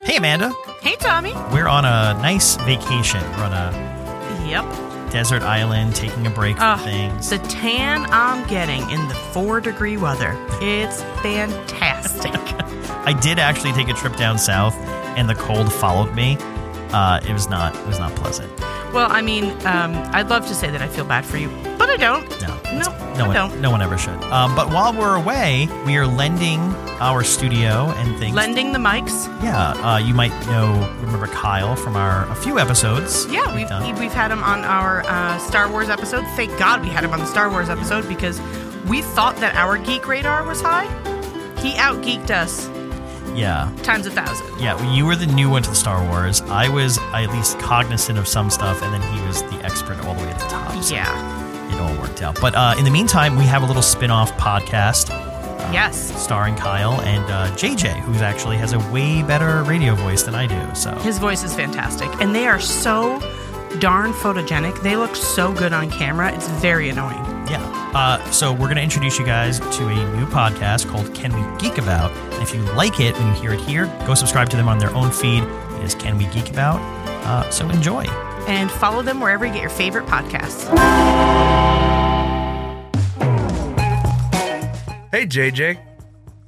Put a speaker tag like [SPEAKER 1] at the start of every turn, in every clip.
[SPEAKER 1] Hey, Amanda.
[SPEAKER 2] Hey, Tommy.
[SPEAKER 1] We're on a nice vacation. We're on a
[SPEAKER 2] Yep.
[SPEAKER 1] desert island, taking a break
[SPEAKER 2] Ah,
[SPEAKER 1] from things.
[SPEAKER 2] The tan I'm getting in the four degree weather. It's fantastic.
[SPEAKER 1] I did actually take a trip down south, and the cold followed me. Uh, it was not. It was not pleasant.
[SPEAKER 2] well, I mean, um, I'd love to say that I feel bad for you, but I don't.
[SPEAKER 1] No,
[SPEAKER 2] No,
[SPEAKER 1] no
[SPEAKER 2] I
[SPEAKER 1] one,
[SPEAKER 2] don't.
[SPEAKER 1] no one ever should. Um, but while we're away, we are lending our studio and things.
[SPEAKER 2] Lending the mics.
[SPEAKER 1] yeah, uh, you might know. Remember Kyle from our a few episodes?
[SPEAKER 2] Yeah, we've
[SPEAKER 1] done.
[SPEAKER 2] we've had him on our uh, Star Wars episode. Thank God we had him on the Star Wars episode because we thought that our geek radar was high. He out geeked us
[SPEAKER 1] yeah,
[SPEAKER 2] times a thousand.
[SPEAKER 1] yeah. well, You were the new one to the Star Wars. I was at least cognizant of some stuff, and then he was the expert all the way at the top. So
[SPEAKER 2] Yeah.
[SPEAKER 1] it all worked out. But uh, in the meantime, we have a little spin-off podcast
[SPEAKER 2] Yes.
[SPEAKER 1] starring Kyle and uh, JJ, who actually has a way better radio voice than I do. So
[SPEAKER 2] His voice is fantastic, and they are so darn photogenic. They look so good on camera. It's very annoying.
[SPEAKER 1] Yeah. Uh, so we're going to introduce you guys to a new podcast called Can We Geek About? And if you like it when you hear it here, go subscribe to them on their own feed. It is Can We Geek About? Uh, so enjoy.
[SPEAKER 2] and follow them wherever you get your favorite podcasts.
[SPEAKER 3] Hey, JJ.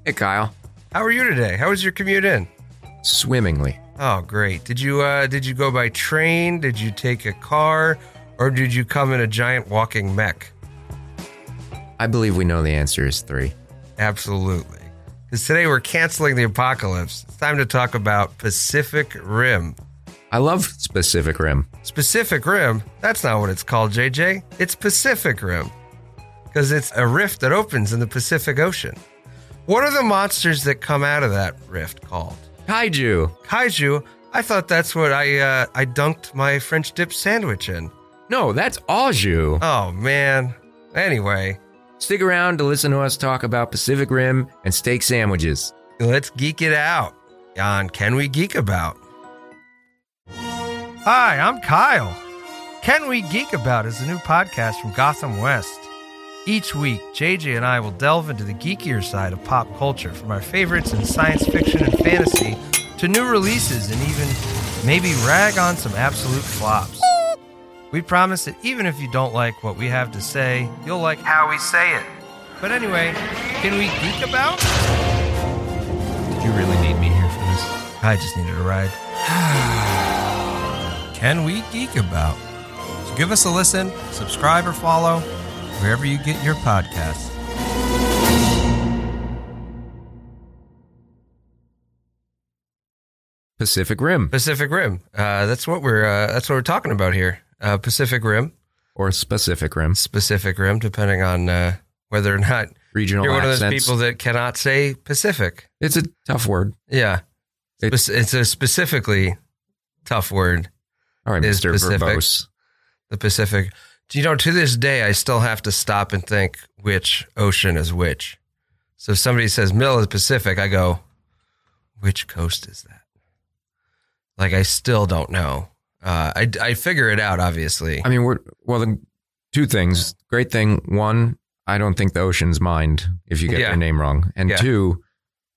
[SPEAKER 4] Hey, Kyle.
[SPEAKER 3] How are you today? How was your commute in?
[SPEAKER 4] Swimmingly.
[SPEAKER 3] Oh, great. Did you uh, did you go by train? Did you take a car, or did you come in a giant walking mech?
[SPEAKER 4] I believe we know the answer is three.
[SPEAKER 3] Absolutely. Because today we're canceling the apocalypse. It's time to talk about Pacific Rim.
[SPEAKER 4] I love Pacific Rim.
[SPEAKER 3] Pacific Rim? That's not what it's called, JJ. It's Pacific Rim. Because it's a rift that opens in the Pacific Ocean. What are the monsters that come out of that rift called?
[SPEAKER 4] Kaiju.
[SPEAKER 3] Kaiju, I thought that's what I uh, I dunked my French dip sandwich in.
[SPEAKER 4] No, that's Aju.
[SPEAKER 3] Oh man. Anyway,
[SPEAKER 4] Stick around to listen to us talk about Pacific Rim and steak sandwiches.
[SPEAKER 3] let's geek it out on Can We Geek About? Hi, I'm Kyle. Can We Geek About is a new podcast from Gotham West. Each week, JJ and I will delve into the geekier side of pop culture, from our favorites in science fiction and fantasy to new releases and even maybe rag on some absolute flops. We promise that even if you don't like what we have to say, you'll like how we say it. But anyway, can we geek about?
[SPEAKER 4] Did you really need me here for this?
[SPEAKER 3] I just needed a ride. Can we geek about? So give us a listen, subscribe or follow wherever you get your podcasts.
[SPEAKER 4] Pacific Rim.
[SPEAKER 3] Pacific Rim. Uh, that's what we're uh, that's what we're talking about here. Uh, Pacific Rim,
[SPEAKER 4] Or Pacific Rim.
[SPEAKER 3] Pacific Rim, depending on uh, whether or not
[SPEAKER 4] Regional
[SPEAKER 3] you're one of those
[SPEAKER 4] accents.
[SPEAKER 3] people that cannot say Pacific.
[SPEAKER 4] It's a tough word.
[SPEAKER 3] Yeah,
[SPEAKER 4] It-
[SPEAKER 3] it's, it's a specifically tough word.
[SPEAKER 4] All right,
[SPEAKER 3] Is
[SPEAKER 4] Mr.
[SPEAKER 3] Pacific.
[SPEAKER 4] Verbose.
[SPEAKER 3] the Pacific. Do You know, to this day, I still have to stop and think which ocean is which. So if somebody says middle of the Pacific, I go, which coast is that? Like, I still don't know. Uh, I, I figure it out, obviously.
[SPEAKER 4] I mean, we're, well, then two things. Great thing. One, I don't think the ocean's mind if you get
[SPEAKER 3] Yeah.
[SPEAKER 4] their name wrong. And
[SPEAKER 3] Yeah.
[SPEAKER 4] two,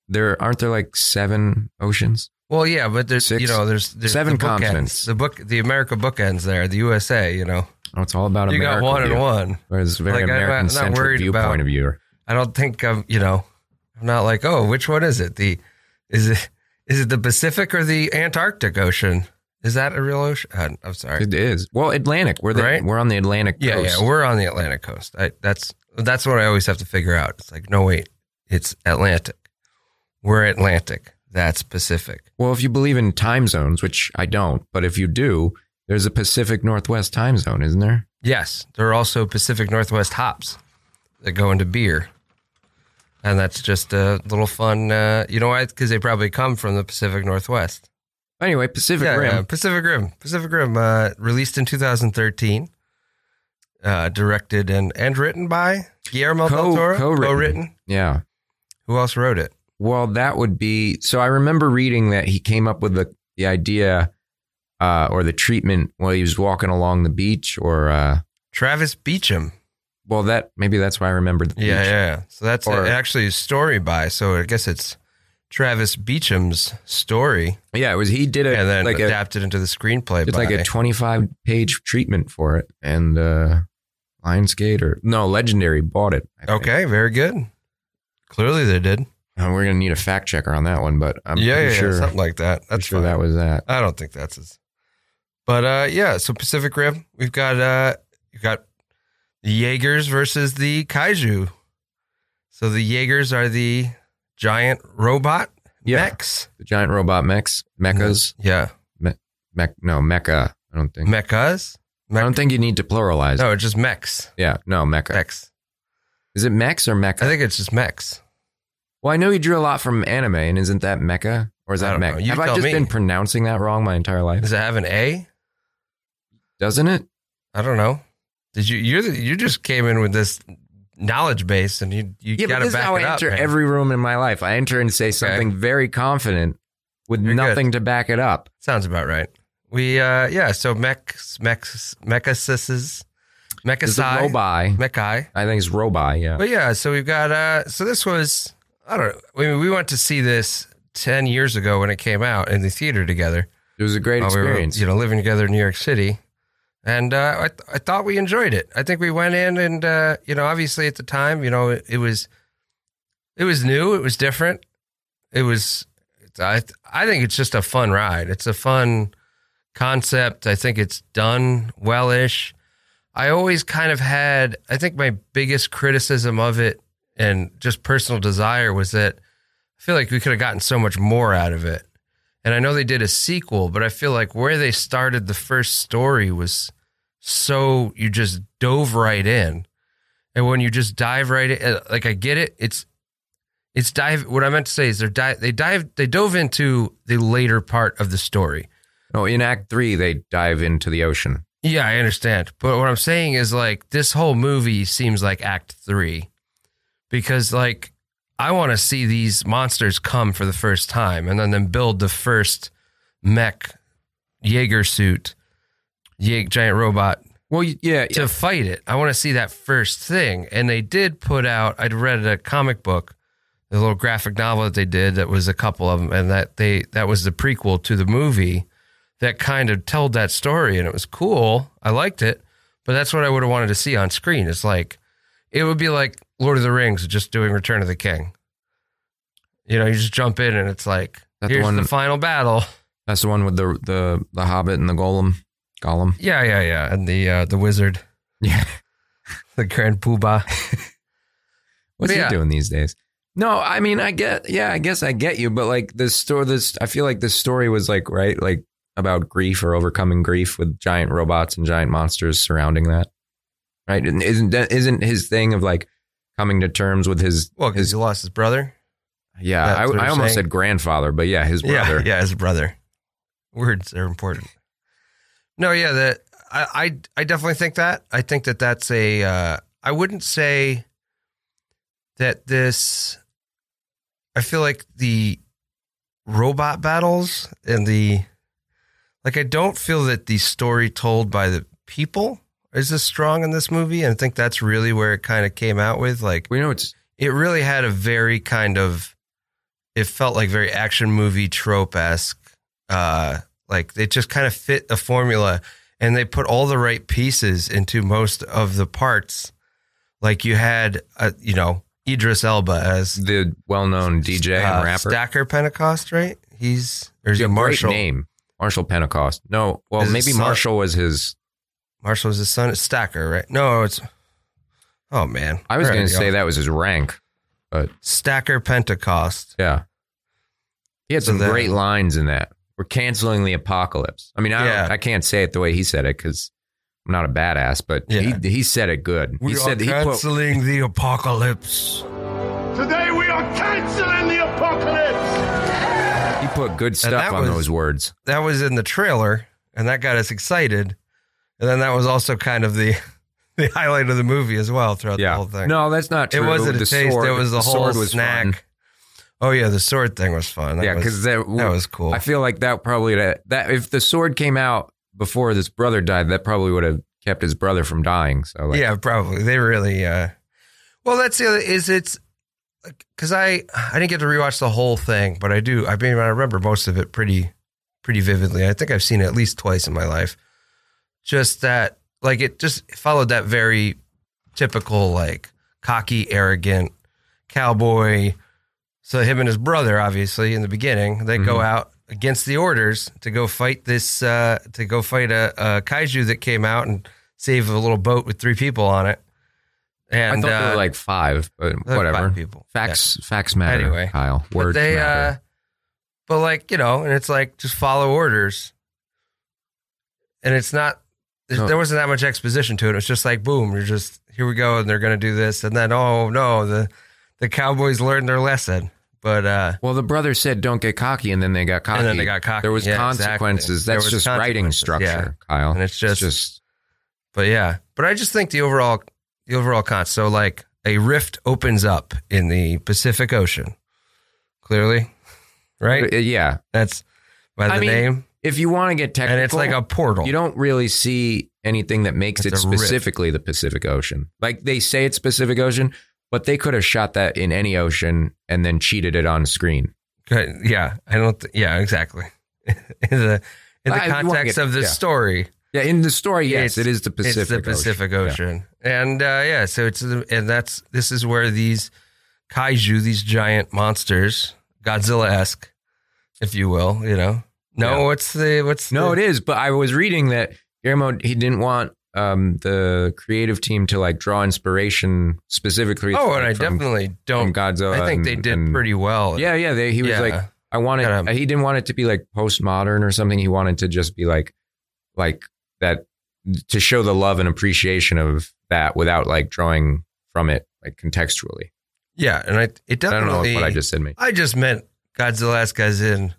[SPEAKER 4] there aren't there like seven oceans?
[SPEAKER 3] Well, yeah, but there's,
[SPEAKER 4] Six-
[SPEAKER 3] you know, there's, there's
[SPEAKER 4] seven
[SPEAKER 3] the bookends.
[SPEAKER 4] continents.
[SPEAKER 3] The book, the America bookends there, the USA, you know,
[SPEAKER 4] Oh, it's all about
[SPEAKER 3] you
[SPEAKER 4] America.
[SPEAKER 3] got one
[SPEAKER 4] dude.
[SPEAKER 3] and one.
[SPEAKER 4] But It's a very
[SPEAKER 3] Like, I'm not-
[SPEAKER 4] American
[SPEAKER 3] not
[SPEAKER 4] centric
[SPEAKER 3] worried
[SPEAKER 4] viewpoint
[SPEAKER 3] about-
[SPEAKER 4] of view.
[SPEAKER 3] I don't think I'm, you know, I'm not like, oh, which one is it? The is it is it the Pacific or the Antarctic Ocean? Is that a real ocean? Uh, I'm sorry.
[SPEAKER 4] It is. Well, Atlantic. We're the,
[SPEAKER 3] Right?
[SPEAKER 4] we're on the Atlantic
[SPEAKER 3] Yeah,
[SPEAKER 4] coast.
[SPEAKER 3] yeah, we're on the Atlantic coast. I, that's that's what I always have to figure out. It's like, no, wait, it's Atlantic. We're Atlantic. That's Pacific.
[SPEAKER 4] well, if you believe in time zones, which I don't, but if you do, there's a Pacific Northwest time zone, isn't there?
[SPEAKER 3] Yes, there are also Pacific Northwest hops that go into beer, and that's just a little fun. Uh, you know why? Because they probably come from the Pacific Northwest.
[SPEAKER 4] Anyway, Pacific
[SPEAKER 3] yeah,
[SPEAKER 4] Rim.
[SPEAKER 3] yeah, Pacific Rim. Pacific Rim, uh, released in 2013, uh, directed and, and written by Guillermo
[SPEAKER 4] Co-
[SPEAKER 3] del Toro.
[SPEAKER 4] co-written.
[SPEAKER 3] Co-written.
[SPEAKER 4] yeah.
[SPEAKER 3] Who else wrote it?
[SPEAKER 4] Well, that would be. So I remember reading that he came up with the, the idea uh, or the treatment while he was walking along the beach, or, uh,
[SPEAKER 3] Travis Beecham.
[SPEAKER 4] well, that maybe that's why I remembered the
[SPEAKER 3] Yeah,
[SPEAKER 4] beach.
[SPEAKER 3] yeah. So that's
[SPEAKER 4] Or-
[SPEAKER 3] actually a story by. So I guess it's Travis Beecham's story
[SPEAKER 4] Yeah, it was he did a
[SPEAKER 3] and then
[SPEAKER 4] like a
[SPEAKER 3] adapted into the screenplay.
[SPEAKER 4] did
[SPEAKER 3] by
[SPEAKER 4] like a 25 page treatment for it and uh Lionsgate or no, Legendary bought it. I think.
[SPEAKER 3] okay, very good. Clearly they did.
[SPEAKER 4] Uh, we're going to need a fact checker on that one, but I'm
[SPEAKER 3] yeah, yeah,
[SPEAKER 4] pretty
[SPEAKER 3] yeah,
[SPEAKER 4] sure
[SPEAKER 3] something like that.
[SPEAKER 4] pretty
[SPEAKER 3] That's
[SPEAKER 4] sure
[SPEAKER 3] fine.
[SPEAKER 4] that was that.
[SPEAKER 3] I don't think that's his. But uh, yeah, so Pacific Rim, we've got uh, you got the Jaegers versus the Kaiju. So the Jaegers are the giant robot
[SPEAKER 4] Yeah.
[SPEAKER 3] mechs.
[SPEAKER 4] The giant robot mechs, mechas,
[SPEAKER 3] Yeah,
[SPEAKER 4] mech no, mecha, I don't think.
[SPEAKER 3] mechas.
[SPEAKER 4] I don't
[SPEAKER 3] Mech-
[SPEAKER 4] think you need to pluralize.
[SPEAKER 3] no, it's just mechs.
[SPEAKER 4] Yeah, no, mecha.
[SPEAKER 3] Mechs.
[SPEAKER 4] Is it mechs or mecha?
[SPEAKER 3] I think it's just mechs.
[SPEAKER 4] well, I know you drew a lot from anime, and isn't that mecha or is
[SPEAKER 3] I
[SPEAKER 4] that
[SPEAKER 3] don't
[SPEAKER 4] mech?
[SPEAKER 3] know. You
[SPEAKER 4] Have I
[SPEAKER 3] tell
[SPEAKER 4] just
[SPEAKER 3] me.
[SPEAKER 4] been pronouncing that wrong my entire life?
[SPEAKER 3] Does it have an A?
[SPEAKER 4] Doesn't it?
[SPEAKER 3] I don't know. Did you? You're the, you just came in with this knowledge base, and you you
[SPEAKER 4] yeah,
[SPEAKER 3] got
[SPEAKER 4] but
[SPEAKER 3] to
[SPEAKER 4] this is
[SPEAKER 3] back
[SPEAKER 4] how
[SPEAKER 3] it
[SPEAKER 4] I
[SPEAKER 3] up.
[SPEAKER 4] enter
[SPEAKER 3] man.
[SPEAKER 4] every room in my life. I enter and say something very confident with
[SPEAKER 3] You're good.
[SPEAKER 4] nothing to back it up.
[SPEAKER 3] Sounds about right. We uh yeah, so mechs mechs mechasises
[SPEAKER 4] This is Robi.
[SPEAKER 3] mechai.
[SPEAKER 4] I think it's Robi, yeah.
[SPEAKER 3] But yeah, so we've got uh so this was I don't know. I mean, we went to see this 10 years ago when it came out in the theater together.
[SPEAKER 4] It was a great
[SPEAKER 3] while Oh, we were,
[SPEAKER 4] experience.
[SPEAKER 3] you know, living together in New York City. And uh, I, th- I thought we enjoyed it. I think we went in and, uh, you know, obviously at the time, you know, it, it was, it was new. It was different. It was, it's- I, th- I think it's just a fun ride. It's a fun concept. I think it's done wellish. I always kind of had, I think my biggest criticism of it and just personal desire was that I feel like we could have gotten so much more out of it. And I know they did a sequel, but I feel like where they started the first story was so you just dove right in. And when you just dive right in, uh, like I get it, it's it's dive. What I meant to say is they're di- they dive they dove into the later part of the story.
[SPEAKER 4] No, in Act Three, they dive into the ocean.
[SPEAKER 3] Yeah, I understand. But what I'm saying is like this whole movie seems like act 3 because like I want to see these monsters come for the first time and then then build the first mech Jaeger suit, Jaeg giant robot
[SPEAKER 4] Well, y- yeah,
[SPEAKER 3] to fight it. I want to see that first thing. And they did put out, I'd read a comic book, a little graphic novel that they did that was a couple of them, and that they that was the prequel to the movie that kind of told that story and it was cool. I liked it, but that's what I would have wanted to see on screen. It's like it would be like Lord of the Rings just doing Return of the King. You know, you just jump in and it's like
[SPEAKER 4] That the
[SPEAKER 3] here's
[SPEAKER 4] one-
[SPEAKER 3] the final battle.
[SPEAKER 4] that's the one with the the the Hobbit and the Golem. Golem.
[SPEAKER 3] Yeah, yeah, yeah. And the uh, the wizard,
[SPEAKER 4] Yeah.
[SPEAKER 3] the grand poobah.
[SPEAKER 4] What's
[SPEAKER 3] Yeah.
[SPEAKER 4] he doing these days? No, I mean, I get, yeah, I guess I get you, but like the story, this, I feel like this story was like, right, like about grief or overcoming grief with giant robots and giant monsters surrounding that, right? And isn't that isn't his thing of like coming to terms with his,
[SPEAKER 3] Well, because
[SPEAKER 4] his,
[SPEAKER 3] he lost his brother.
[SPEAKER 4] yeah,
[SPEAKER 3] that's
[SPEAKER 4] I,
[SPEAKER 3] what
[SPEAKER 4] I
[SPEAKER 3] you're
[SPEAKER 4] almost
[SPEAKER 3] saying?
[SPEAKER 4] said grandfather, but yeah, his brother.
[SPEAKER 3] Yeah, yeah, his brother. Words are important. No, yeah, that I, I I definitely think that. I think that that's a. Uh, I wouldn't say that this. I feel like the robot battles and the like. I don't feel that the story told by the people is as strong in this movie, and I think that's really where it kind of came out with like
[SPEAKER 4] We know it's,
[SPEAKER 3] it really had a very kind of it felt like very action movie trope esque. Uh, like it just kind of fit a formula, and they put all the right pieces into most of the parts. Like you had, uh, you know, Idris Elba as
[SPEAKER 4] the well-known DJ
[SPEAKER 3] uh,
[SPEAKER 4] and rapper.
[SPEAKER 3] Stacker Pentecost, right? He's or is
[SPEAKER 4] Yeah,
[SPEAKER 3] it
[SPEAKER 4] great
[SPEAKER 3] Marshall?
[SPEAKER 4] name. Marshall Pentecost. No, well,
[SPEAKER 3] Is it
[SPEAKER 4] maybe
[SPEAKER 3] Sun-
[SPEAKER 4] Marshall was his.
[SPEAKER 3] Marshall is his son. It's Stacker, right? No, it's oh man,
[SPEAKER 4] I was
[SPEAKER 3] Where
[SPEAKER 4] going
[SPEAKER 3] am
[SPEAKER 4] to say
[SPEAKER 3] off?
[SPEAKER 4] that was his rank.
[SPEAKER 3] Stacker Pentecost.
[SPEAKER 4] Yeah, he had
[SPEAKER 3] So
[SPEAKER 4] some
[SPEAKER 3] that-
[SPEAKER 4] great lines in that. We're canceling the apocalypse. I mean, I don't,
[SPEAKER 3] Yeah.
[SPEAKER 4] I can't say it the way he said it because I'm not a badass, but
[SPEAKER 3] Yeah.
[SPEAKER 4] he he said it good.
[SPEAKER 3] We
[SPEAKER 4] he
[SPEAKER 3] are
[SPEAKER 4] said he put
[SPEAKER 3] canceling the apocalypse.
[SPEAKER 5] Today we are canceling the apocalypse.
[SPEAKER 4] he put good stuff
[SPEAKER 3] that
[SPEAKER 4] on
[SPEAKER 3] was-
[SPEAKER 4] those words.
[SPEAKER 3] that was in the trailer and that got us excited. And then that was also kind of the the highlight of the movie as well throughout the
[SPEAKER 4] Yeah,
[SPEAKER 3] whole thing.
[SPEAKER 4] no, that's not
[SPEAKER 3] it
[SPEAKER 4] true.
[SPEAKER 3] wasn't
[SPEAKER 4] The
[SPEAKER 3] a taste.
[SPEAKER 4] sword-
[SPEAKER 3] it was the, whole
[SPEAKER 4] sword was
[SPEAKER 3] snack.
[SPEAKER 4] fun.
[SPEAKER 3] Oh yeah, the sword thing was fun. That
[SPEAKER 4] Yeah,
[SPEAKER 3] was-
[SPEAKER 4] because that,
[SPEAKER 3] that was cool.
[SPEAKER 4] I feel like that probably that, that if the sword came out before this brother died, that probably would have kept his brother from dying. So like,
[SPEAKER 3] yeah, probably they really. uh Well, that's the other is it's because I I didn't get to rewatch the whole thing, but I do. I mean, I remember most of it pretty pretty vividly. I think I've seen it at least twice in my life. Just that, like, it just followed that very typical, like, cocky, arrogant cowboy. So him and his brother, obviously, in the beginning, they go
[SPEAKER 4] Mhm.
[SPEAKER 3] out against the orders to go fight this uh, to go fight a, a kaiju that came out and save a little boat with three people on it. And
[SPEAKER 4] I thought there
[SPEAKER 3] uh,
[SPEAKER 4] were like five, but
[SPEAKER 3] like
[SPEAKER 4] whatever.
[SPEAKER 3] five people.
[SPEAKER 4] Facts, facts matter.
[SPEAKER 3] Anyway.
[SPEAKER 4] Kyle,
[SPEAKER 3] But
[SPEAKER 4] words
[SPEAKER 3] they,
[SPEAKER 4] matter.
[SPEAKER 3] Uh, but like you know, and it's like just follow orders, and it's not. there-
[SPEAKER 4] No.
[SPEAKER 3] There wasn't that much exposition to it. It was just like boom, you're just here we go, and they're gonna do this, and then oh no, the the Cowboys learned their lesson, but uh,
[SPEAKER 4] well, the brother said, "Don't get cocky," and then they got cocky.
[SPEAKER 3] and then they got cocky.
[SPEAKER 4] There was
[SPEAKER 3] Yeah, exactly.
[SPEAKER 4] consequences.
[SPEAKER 3] There
[SPEAKER 4] That's
[SPEAKER 3] was
[SPEAKER 4] just writing
[SPEAKER 3] consequences.
[SPEAKER 4] structure,
[SPEAKER 3] Yeah.
[SPEAKER 4] Kyle.
[SPEAKER 3] And it's just-
[SPEAKER 4] just
[SPEAKER 3] But yeah, but I just think the overall the overall con. So like a rift opens up in the Pacific Ocean, clearly, right?
[SPEAKER 4] Uh, yeah.
[SPEAKER 3] That's by the
[SPEAKER 4] I mean,
[SPEAKER 3] name,
[SPEAKER 4] If you want to get technical,
[SPEAKER 3] and it's like a portal.
[SPEAKER 4] You don't really see anything that makes
[SPEAKER 3] It's
[SPEAKER 4] it
[SPEAKER 3] a rift.
[SPEAKER 4] specifically the Pacific Ocean. Like they say it's Pacific Ocean, but they could have shot that in any ocean and then cheated it on screen.
[SPEAKER 3] Good. Yeah, I don't. Th- yeah, exactly. in the in the
[SPEAKER 4] I- you wanna
[SPEAKER 3] context
[SPEAKER 4] get-
[SPEAKER 3] of this
[SPEAKER 4] yeah.
[SPEAKER 3] story,
[SPEAKER 4] Yeah, in the story,
[SPEAKER 3] It's-
[SPEAKER 4] yes, it is the Pacific.
[SPEAKER 3] it's the Pacific Ocean, and uh, yeah, so it's the- and that's this is where these kaiju, these giant monsters, Godzilla esque, if you will, you know. No,
[SPEAKER 4] Yeah.
[SPEAKER 3] what's the what's
[SPEAKER 4] No,
[SPEAKER 3] the,
[SPEAKER 4] it is. But I was reading that Guillermo he didn't want um, the creative team to like draw inspiration specifically.
[SPEAKER 3] Oh, and I
[SPEAKER 4] from-
[SPEAKER 3] definitely
[SPEAKER 4] from
[SPEAKER 3] don't.
[SPEAKER 4] Godzilla.
[SPEAKER 3] I think
[SPEAKER 4] and-
[SPEAKER 3] they did
[SPEAKER 4] and-
[SPEAKER 3] pretty well.
[SPEAKER 4] Yeah, yeah. They, he was
[SPEAKER 3] Yeah.
[SPEAKER 4] like, I wanted.
[SPEAKER 3] Gotta-
[SPEAKER 4] he didn't want it to be like postmodern or something. He wanted to just be like, like that to show the love and appreciation of that without like drawing from it like contextually.
[SPEAKER 3] yeah, and I it
[SPEAKER 4] I don't know
[SPEAKER 3] definitely.
[SPEAKER 4] if what I just said. made
[SPEAKER 3] I just meant Godzilla esque as in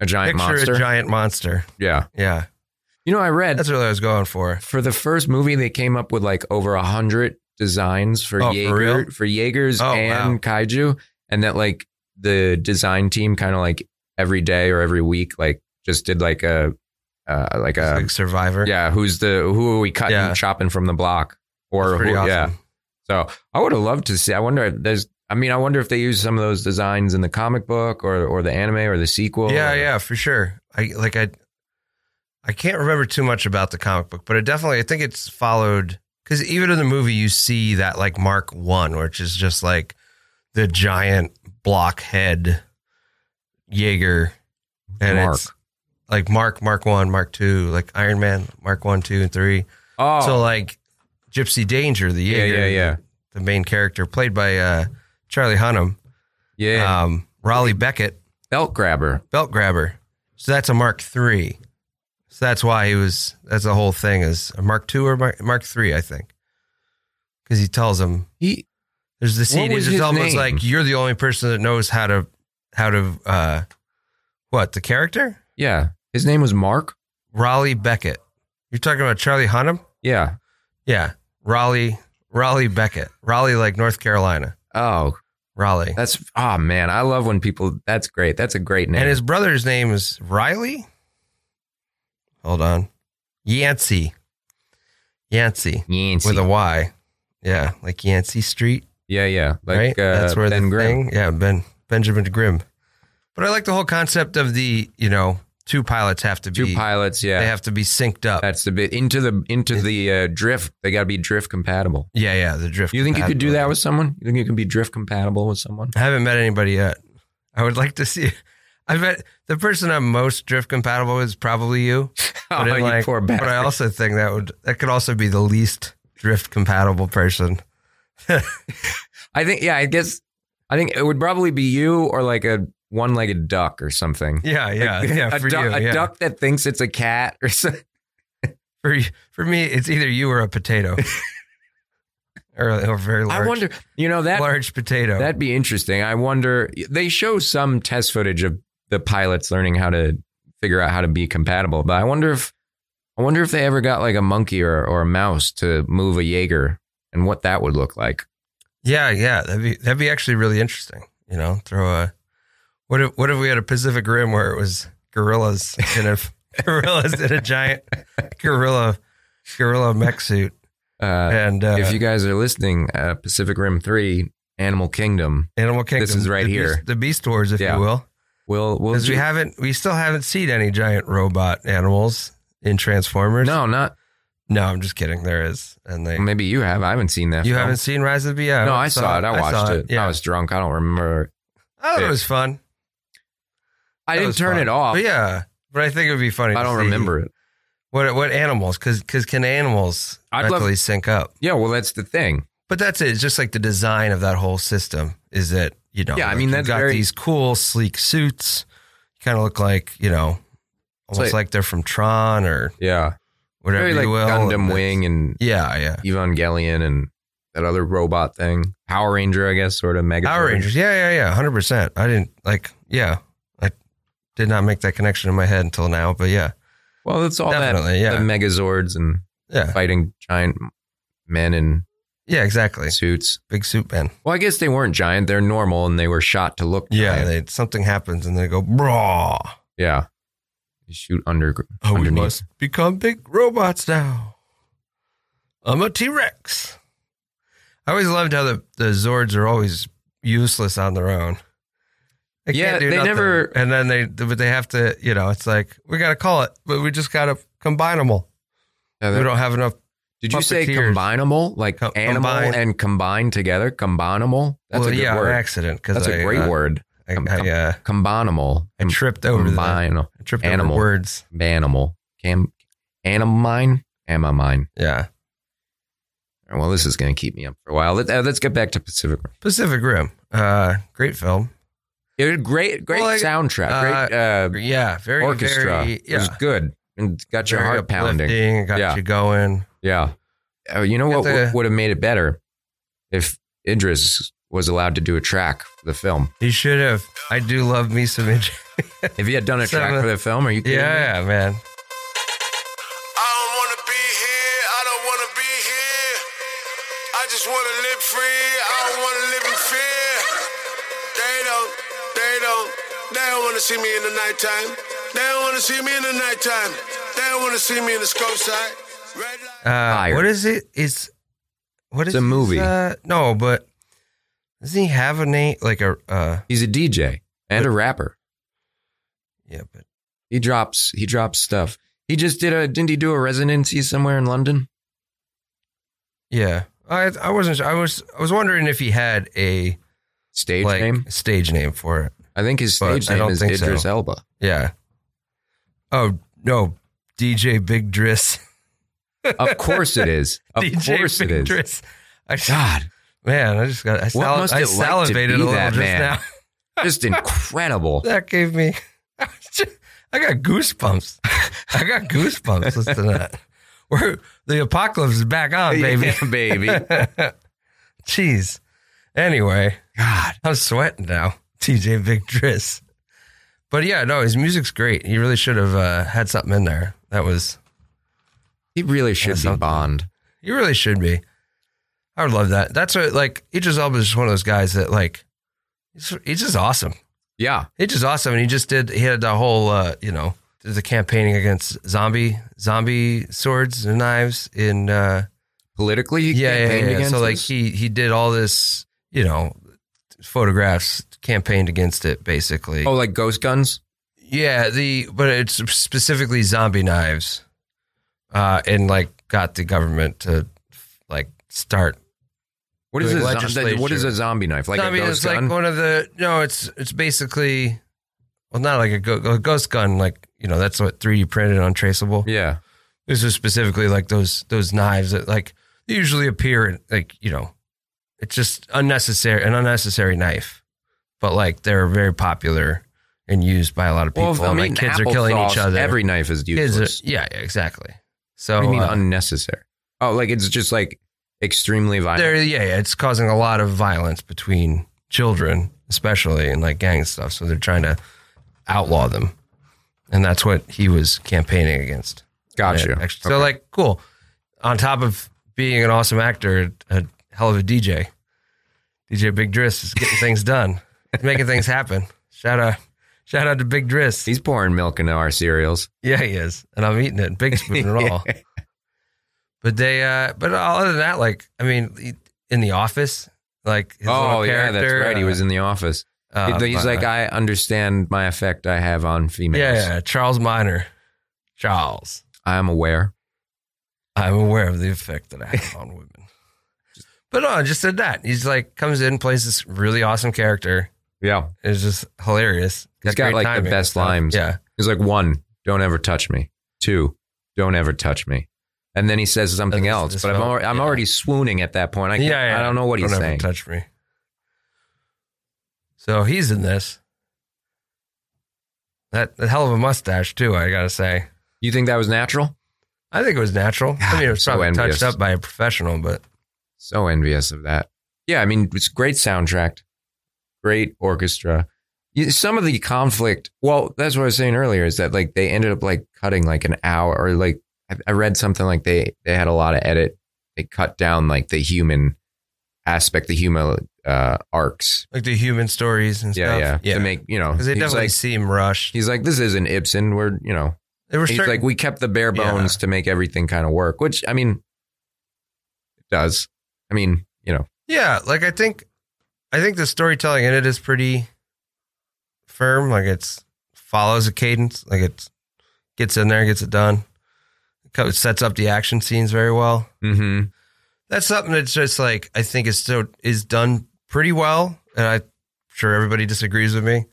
[SPEAKER 4] a giant
[SPEAKER 3] picture
[SPEAKER 4] monster.
[SPEAKER 3] a giant monster.
[SPEAKER 4] yeah.
[SPEAKER 3] Yeah,
[SPEAKER 4] You know, I read
[SPEAKER 3] that's what I was going for.
[SPEAKER 4] for the first movie they came up with like over a hundred designs for
[SPEAKER 3] Oh, for
[SPEAKER 4] Jaeger,
[SPEAKER 3] real?
[SPEAKER 4] for, Jaegers
[SPEAKER 3] Oh,
[SPEAKER 4] and
[SPEAKER 3] wow.
[SPEAKER 4] Kaiju, and that like the design team kind of like every day or every week like just did like a uh, like
[SPEAKER 3] It's
[SPEAKER 4] a
[SPEAKER 3] like Survivor.
[SPEAKER 4] Yeah, who's the who are we cutting
[SPEAKER 3] Yeah.
[SPEAKER 4] chopping from the block? Or
[SPEAKER 3] It's
[SPEAKER 4] who,
[SPEAKER 3] pretty awesome.
[SPEAKER 4] yeah. So I would have loved to see. I wonder if there's. I mean, I wonder if they use some of those designs in the comic book or or the anime or the sequel.
[SPEAKER 3] yeah,
[SPEAKER 4] or-
[SPEAKER 3] yeah, for sure. I like I I can't remember too much about the comic book, but it definitely I think it's followed because even in the movie you see that like Mark One, which is just like the giant blockhead Jaeger, and
[SPEAKER 4] Mark.
[SPEAKER 3] it's like Mark Mark One, Mark Two, like Iron Man Mark One, Two, and Three.
[SPEAKER 4] Oh,
[SPEAKER 3] So like Gypsy Danger, the
[SPEAKER 4] yeah,
[SPEAKER 3] Jaeger,
[SPEAKER 4] yeah, yeah,
[SPEAKER 3] the main character played by uh, Charlie Hunnam,
[SPEAKER 4] yeah.
[SPEAKER 3] um, Raleigh Beckett
[SPEAKER 4] Belt grabber.
[SPEAKER 3] belt grabber. So that's a Mark three. So that's why he was. That's the whole thing is a Mark two or Mark, Mark three, I think. Because he tells him
[SPEAKER 4] He
[SPEAKER 3] there's the scene.
[SPEAKER 4] was
[SPEAKER 3] It's
[SPEAKER 4] his
[SPEAKER 3] almost
[SPEAKER 4] name?
[SPEAKER 3] like you're the only person that knows how to how to uh, what the character
[SPEAKER 4] yeah. His name was Mark.
[SPEAKER 3] Raleigh Beckett. You're talking about Charlie Hunnam.
[SPEAKER 4] Yeah.
[SPEAKER 3] Yeah, Raleigh Raleigh Beckett. Raleigh like North Carolina.
[SPEAKER 4] Oh,
[SPEAKER 3] Raleigh.
[SPEAKER 4] that's oh man, I love when people. That's great. That's a great name.
[SPEAKER 3] And his brother's name is Riley. Hold on. Yancey. Yancey
[SPEAKER 4] Yancey.
[SPEAKER 3] with a Y. Yeah, like Yancey Street,
[SPEAKER 4] yeah, yeah. Like
[SPEAKER 3] right?
[SPEAKER 4] uh,
[SPEAKER 3] That's where
[SPEAKER 4] Ben
[SPEAKER 3] the
[SPEAKER 4] Grimm.
[SPEAKER 3] thing. Yeah, Ben Benjamin Grimm. But I like the whole concept of the, you know, two pilots have to
[SPEAKER 4] Two
[SPEAKER 3] be
[SPEAKER 4] pilots. Yeah,
[SPEAKER 3] they have to be synced up.
[SPEAKER 4] That's the bit into the into the uh, drift. They got to be drift compatible.
[SPEAKER 3] yeah, yeah, the drift.
[SPEAKER 4] You think you could do that
[SPEAKER 3] compatibility.
[SPEAKER 4] with someone? You think you can be drift compatible with someone?
[SPEAKER 3] I haven't met anybody yet. I would like to see I bet the person I'm most drift compatible with is probably you. But, it,
[SPEAKER 4] Oh, you
[SPEAKER 3] like-
[SPEAKER 4] poor
[SPEAKER 3] but I
[SPEAKER 4] bastard.
[SPEAKER 3] also think that would that could also be the least drift compatible person.
[SPEAKER 4] I think yeah. I guess I think it would probably be you or like a one-legged duck or something.
[SPEAKER 3] Yeah, yeah, yeah.
[SPEAKER 4] a,
[SPEAKER 3] For
[SPEAKER 4] duck,
[SPEAKER 3] you,
[SPEAKER 4] a
[SPEAKER 3] yeah.
[SPEAKER 4] duck that thinks it's a cat or something.
[SPEAKER 3] For you- for me, it's either you or a potato, or, a- or a very large,
[SPEAKER 4] I wonder. You know that
[SPEAKER 3] large potato.
[SPEAKER 4] that'd be interesting. I wonder. They show some test footage of the pilots learning how to figure out how to be compatible, but I wonder if I wonder if they ever got like a monkey or or a mouse to move a Jaeger and what that would look like.
[SPEAKER 3] yeah, yeah. That'd be that'd be actually really interesting. You know, throw a what if what if we had a Pacific Rim where it was gorillas in a gorillas in a giant gorilla gorilla mech suit
[SPEAKER 4] Uh,
[SPEAKER 3] and uh,
[SPEAKER 4] if you guys are listening, uh, Pacific Rim 3 Animal Kingdom.
[SPEAKER 3] Animal Kingdom.
[SPEAKER 4] is right
[SPEAKER 3] the
[SPEAKER 4] here.
[SPEAKER 3] Beast, the Beast Wars, if
[SPEAKER 4] Yeah.
[SPEAKER 3] you will,
[SPEAKER 4] Will Will
[SPEAKER 3] because we
[SPEAKER 4] you-
[SPEAKER 3] haven't, we still haven't seen any giant robot animals in Transformers.
[SPEAKER 4] No, not
[SPEAKER 3] no, I'm just kidding. There is, and they.
[SPEAKER 4] maybe you have. I haven't seen that.
[SPEAKER 3] You
[SPEAKER 4] film.
[SPEAKER 3] haven't seen Rise of the Beast?
[SPEAKER 4] No, I saw it. I watched it.
[SPEAKER 3] Yeah,
[SPEAKER 4] I was drunk. I don't remember.
[SPEAKER 3] I thought
[SPEAKER 4] it.
[SPEAKER 3] it was fun.
[SPEAKER 4] I
[SPEAKER 3] That
[SPEAKER 4] didn't
[SPEAKER 3] was
[SPEAKER 4] turn
[SPEAKER 3] fun.
[SPEAKER 4] it off.
[SPEAKER 3] But yeah, but I think it would be funny.
[SPEAKER 4] I
[SPEAKER 3] to
[SPEAKER 4] don't
[SPEAKER 3] see
[SPEAKER 4] remember it.
[SPEAKER 3] what what animals because because can animals
[SPEAKER 4] I'd love-
[SPEAKER 3] mentally sync up?
[SPEAKER 4] Yeah, well, that's the thing.
[SPEAKER 3] But that's it. It's just like the design of that whole system is that you know.
[SPEAKER 4] Yeah, I
[SPEAKER 3] like
[SPEAKER 4] mean,
[SPEAKER 3] you've
[SPEAKER 4] that's
[SPEAKER 3] got
[SPEAKER 4] very-
[SPEAKER 3] these cool sleek suits. You kind of look like you know,
[SPEAKER 4] It's
[SPEAKER 3] almost like,
[SPEAKER 4] like-
[SPEAKER 3] they're from Tron or
[SPEAKER 4] Yeah,
[SPEAKER 3] whatever
[SPEAKER 4] very
[SPEAKER 3] you
[SPEAKER 4] like
[SPEAKER 3] will. And
[SPEAKER 4] Gundam
[SPEAKER 3] that's-
[SPEAKER 4] Wing and
[SPEAKER 3] Yeah, yeah.
[SPEAKER 4] Evangelion and that other robot thing, Power Ranger, I guess, sort of Mega
[SPEAKER 3] Power Rangers. Yeah, yeah, yeah. Hundred percent. I didn't like. Yeah, I did not make that connection in my head until now. But yeah,
[SPEAKER 4] Well, it's all that
[SPEAKER 3] Definitely, yeah.
[SPEAKER 4] the Megazords and
[SPEAKER 3] yeah,
[SPEAKER 4] fighting giant men in
[SPEAKER 3] yeah. Exactly.
[SPEAKER 4] suits.
[SPEAKER 3] Big suit man.
[SPEAKER 4] Well, I guess they weren't giant; they're normal, and they were shot to look.
[SPEAKER 3] Yeah,
[SPEAKER 4] giant.
[SPEAKER 3] they, something happens and they go, "Brah."
[SPEAKER 4] yeah. You shoot under.
[SPEAKER 3] Oh, we
[SPEAKER 4] underneath.
[SPEAKER 3] must become big robots now. I'm a T Rex. I always loved how the, the Zords are always useless on their own. They
[SPEAKER 4] Yeah,
[SPEAKER 3] can't do
[SPEAKER 4] they
[SPEAKER 3] nothing.
[SPEAKER 4] never-
[SPEAKER 3] And then they, but they have to, you know, it's like we got to call it, but we just got to combine them all.
[SPEAKER 4] Yeah,
[SPEAKER 3] We
[SPEAKER 4] that-
[SPEAKER 3] don't have enough.
[SPEAKER 4] Did you say
[SPEAKER 3] Puppeteers.
[SPEAKER 4] combinable? Like
[SPEAKER 3] Co-
[SPEAKER 4] animal
[SPEAKER 3] combine.
[SPEAKER 4] and combined together? Combinable? That's
[SPEAKER 3] well,
[SPEAKER 4] a good
[SPEAKER 3] yeah,
[SPEAKER 4] word.
[SPEAKER 3] an accident. 'cause
[SPEAKER 4] That's a
[SPEAKER 3] I,
[SPEAKER 4] great
[SPEAKER 3] uh,
[SPEAKER 4] word.
[SPEAKER 3] I,
[SPEAKER 4] Com-
[SPEAKER 3] I, uh,
[SPEAKER 4] Combinable.
[SPEAKER 3] I tripped over the I
[SPEAKER 4] Combine.
[SPEAKER 3] tripped
[SPEAKER 4] animal.
[SPEAKER 3] over words.
[SPEAKER 4] Animal. Cam. Animine. Amamine.
[SPEAKER 3] Yeah,
[SPEAKER 4] All right, Well, this is going to keep me up for a while. Let, us get back to Pacific Rim.
[SPEAKER 3] Pacific Rim. Uh, great film.
[SPEAKER 4] It was great, great
[SPEAKER 3] Well, I-
[SPEAKER 4] soundtrack. great uh,
[SPEAKER 3] Yeah, very
[SPEAKER 4] orchestra.
[SPEAKER 3] Very,
[SPEAKER 4] It was
[SPEAKER 3] yeah,
[SPEAKER 4] good and got your
[SPEAKER 3] very
[SPEAKER 4] heart pounding.
[SPEAKER 3] uplifting, It got
[SPEAKER 4] Yeah.
[SPEAKER 3] you going.
[SPEAKER 4] Yeah. Uh, you know
[SPEAKER 3] Get
[SPEAKER 4] what
[SPEAKER 3] the-
[SPEAKER 4] would have made it better if Idris was allowed to do a track for the film.
[SPEAKER 3] He should have. I do love me some. Id-
[SPEAKER 4] If he had done a
[SPEAKER 3] Son
[SPEAKER 4] track
[SPEAKER 3] of a-
[SPEAKER 4] for the film, are you kidding me?
[SPEAKER 3] yeah, man.
[SPEAKER 6] I don't wanna be here, I don't wanna be here. I just wanna live free, I don't wanna live in fear. They don't, they don't, they don't wanna see me in the nighttime. They don't wanna see me in the nighttime. They don't wanna see me in the scope sight. Red light.
[SPEAKER 3] Uh,
[SPEAKER 4] Fire.
[SPEAKER 3] what is it? It's what is
[SPEAKER 4] a
[SPEAKER 3] his,
[SPEAKER 4] movie.
[SPEAKER 3] Uh, no, but doesn't he have a name like a? Uh,
[SPEAKER 4] He's a DJ and a rapper.
[SPEAKER 3] yeah, but
[SPEAKER 4] He drops he drops stuff. He just did a didn't he do a residency somewhere in London?
[SPEAKER 3] yeah. I I wasn't. Sure. I was I was wondering if he had a
[SPEAKER 4] Stage
[SPEAKER 3] like
[SPEAKER 4] name?
[SPEAKER 3] stage name for it.
[SPEAKER 4] I think his
[SPEAKER 3] but
[SPEAKER 4] stage
[SPEAKER 3] I
[SPEAKER 4] name
[SPEAKER 3] don't
[SPEAKER 4] is
[SPEAKER 3] think so.
[SPEAKER 4] Idris Elba.
[SPEAKER 3] Yeah. Oh no, DJ Big Driss.
[SPEAKER 4] Of course it is. Of
[SPEAKER 3] DJ
[SPEAKER 4] course it
[SPEAKER 3] Big
[SPEAKER 4] is.
[SPEAKER 3] Driss. I just,
[SPEAKER 4] God,
[SPEAKER 3] man, I just got I, sal-
[SPEAKER 4] must
[SPEAKER 3] I
[SPEAKER 4] it like to
[SPEAKER 3] salivated
[SPEAKER 4] be
[SPEAKER 3] a little
[SPEAKER 4] that
[SPEAKER 3] just
[SPEAKER 4] man?
[SPEAKER 3] now.
[SPEAKER 4] just incredible.
[SPEAKER 3] that gave me I, was just- I got goosebumps. I got goosebumps. Listen to that. We're, the apocalypse is back on, baby.
[SPEAKER 4] Yeah, baby.
[SPEAKER 3] Jeez. Anyway,
[SPEAKER 4] God.
[SPEAKER 3] I'm sweating now. TJ Big Driss. But yeah, no, his music's great. He really should have uh, had something in there. That was
[SPEAKER 4] He really should be
[SPEAKER 3] something.
[SPEAKER 4] Bond.
[SPEAKER 3] He really should be. I would love that. That's what like Idris Elba is just one of those guys that like he's, he's just awesome.
[SPEAKER 4] Yeah.
[SPEAKER 3] He's just awesome, and he just did. He had the whole uh, you know the campaigning against zombie zombie swords and knives in uh,
[SPEAKER 4] Politically he
[SPEAKER 3] yeah yeah,
[SPEAKER 4] campaigned
[SPEAKER 3] yeah.
[SPEAKER 4] against
[SPEAKER 3] So like
[SPEAKER 4] us?
[SPEAKER 3] he he did all this you know photographs campaigned against it basically.
[SPEAKER 4] Oh, like ghost guns?
[SPEAKER 3] Yeah, the but it's specifically zombie knives, uh, and like got the government to like start
[SPEAKER 4] What is,
[SPEAKER 3] Doing
[SPEAKER 4] a zo-
[SPEAKER 3] legislature.
[SPEAKER 4] what is a zombie knife? Like
[SPEAKER 3] I
[SPEAKER 4] a
[SPEAKER 3] mean,
[SPEAKER 4] ghost
[SPEAKER 3] it's
[SPEAKER 4] gun?
[SPEAKER 3] like one of the no. It's it's basically well, not like a, go- a ghost gun. Like you know, that's what three D printed on traceable.
[SPEAKER 4] yeah.
[SPEAKER 3] This is specifically like those those knives that like they usually appear in like you know, it's just unnecessary an unnecessary knife, but like they're very popular and used by a lot of people.
[SPEAKER 4] Well, I
[SPEAKER 3] and,
[SPEAKER 4] mean,
[SPEAKER 3] like kids are killing each
[SPEAKER 4] applesauce,
[SPEAKER 3] other.
[SPEAKER 4] Every knife is
[SPEAKER 3] kids
[SPEAKER 4] useless.
[SPEAKER 3] are, yeah, yeah, exactly. So
[SPEAKER 4] What do you mean
[SPEAKER 3] uh,
[SPEAKER 4] unnecessary? Oh, like it's just like extremely violent.
[SPEAKER 3] there, yeah, yeah, it's causing a lot of violence between children, especially and like gang stuff. So they're trying to outlaw them, and that's what he was campaigning against.
[SPEAKER 4] Got you.
[SPEAKER 3] Yeah, actually. So like, cool. On top of being an awesome actor, a hell of a DJ, DJ Big Driss is getting things done, making things happen. Shout out, shout out to Big Driss.
[SPEAKER 4] He's pouring milk into our cereals.
[SPEAKER 3] Yeah, he is, and I'm eating it, big spoon and all. But they, uh, but other than that, like, I mean, in the office, Like his
[SPEAKER 4] oh
[SPEAKER 3] little
[SPEAKER 4] yeah,
[SPEAKER 3] character.
[SPEAKER 4] that's right. He
[SPEAKER 3] uh,
[SPEAKER 4] was in the office.
[SPEAKER 3] uh,
[SPEAKER 4] He- He's
[SPEAKER 3] but-
[SPEAKER 4] like, I understand my effect I have on
[SPEAKER 3] yeah,
[SPEAKER 4] females.
[SPEAKER 3] yeah, Charles Minor. Charles.
[SPEAKER 4] I am aware.
[SPEAKER 3] I'm aware of the effect that I have on women. But no, I just did that. He's like comes in, plays this really awesome character.
[SPEAKER 4] Yeah,
[SPEAKER 3] It's just hilarious.
[SPEAKER 4] He's got,
[SPEAKER 3] great
[SPEAKER 4] like, the
[SPEAKER 3] timing and
[SPEAKER 4] best
[SPEAKER 3] stuff.
[SPEAKER 4] lines.
[SPEAKER 3] Yeah.
[SPEAKER 4] he's like one, don't ever touch me. Two, don't ever touch me. And then he says something
[SPEAKER 3] That's-
[SPEAKER 4] else,
[SPEAKER 3] that's
[SPEAKER 4] but I'm
[SPEAKER 3] felt-
[SPEAKER 4] already, I'm
[SPEAKER 3] yeah.
[SPEAKER 4] already swooning at that point. I can't,
[SPEAKER 3] yeah, yeah.
[SPEAKER 4] I don't know what he's
[SPEAKER 3] Don't ever
[SPEAKER 4] saying.
[SPEAKER 3] Touch me. So he's in this. That, that hell of a mustache too. I gotta say,
[SPEAKER 4] You think that was natural?
[SPEAKER 3] I think it was natural. I mean, it was
[SPEAKER 4] so
[SPEAKER 3] probably
[SPEAKER 4] envious.
[SPEAKER 3] touched up by a professional, but
[SPEAKER 4] So envious of that. Yeah, I mean, it's great soundtrack, great orchestra. You- Some of the conflict, well, that's what I was saying earlier, is that like they ended up like cutting like an hour or like I, I read something like they they had a lot of edit. They cut down like the human aspect, the human uh, arcs.
[SPEAKER 3] like the human stories and
[SPEAKER 4] Yeah,
[SPEAKER 3] stuff.
[SPEAKER 4] yeah, To make you know,
[SPEAKER 3] because they
[SPEAKER 4] he's
[SPEAKER 3] definitely
[SPEAKER 4] like,
[SPEAKER 3] seem rushed.
[SPEAKER 4] he's like, this isn't Ibsen. We're you know,
[SPEAKER 3] They were
[SPEAKER 4] he's
[SPEAKER 3] certain,
[SPEAKER 4] like we kept the bare
[SPEAKER 3] Yeah.
[SPEAKER 4] bones to make everything kind of work, which I mean, it does. I mean, you know,
[SPEAKER 3] yeah, like I think, I think the storytelling in it is pretty firm. Like it's follows a cadence. Like it's gets in there, gets it done. It sets up the action scenes very well.
[SPEAKER 4] mm-hmm.
[SPEAKER 3] that's something that's just like I think is so is done pretty well, and I'm sure everybody disagrees with me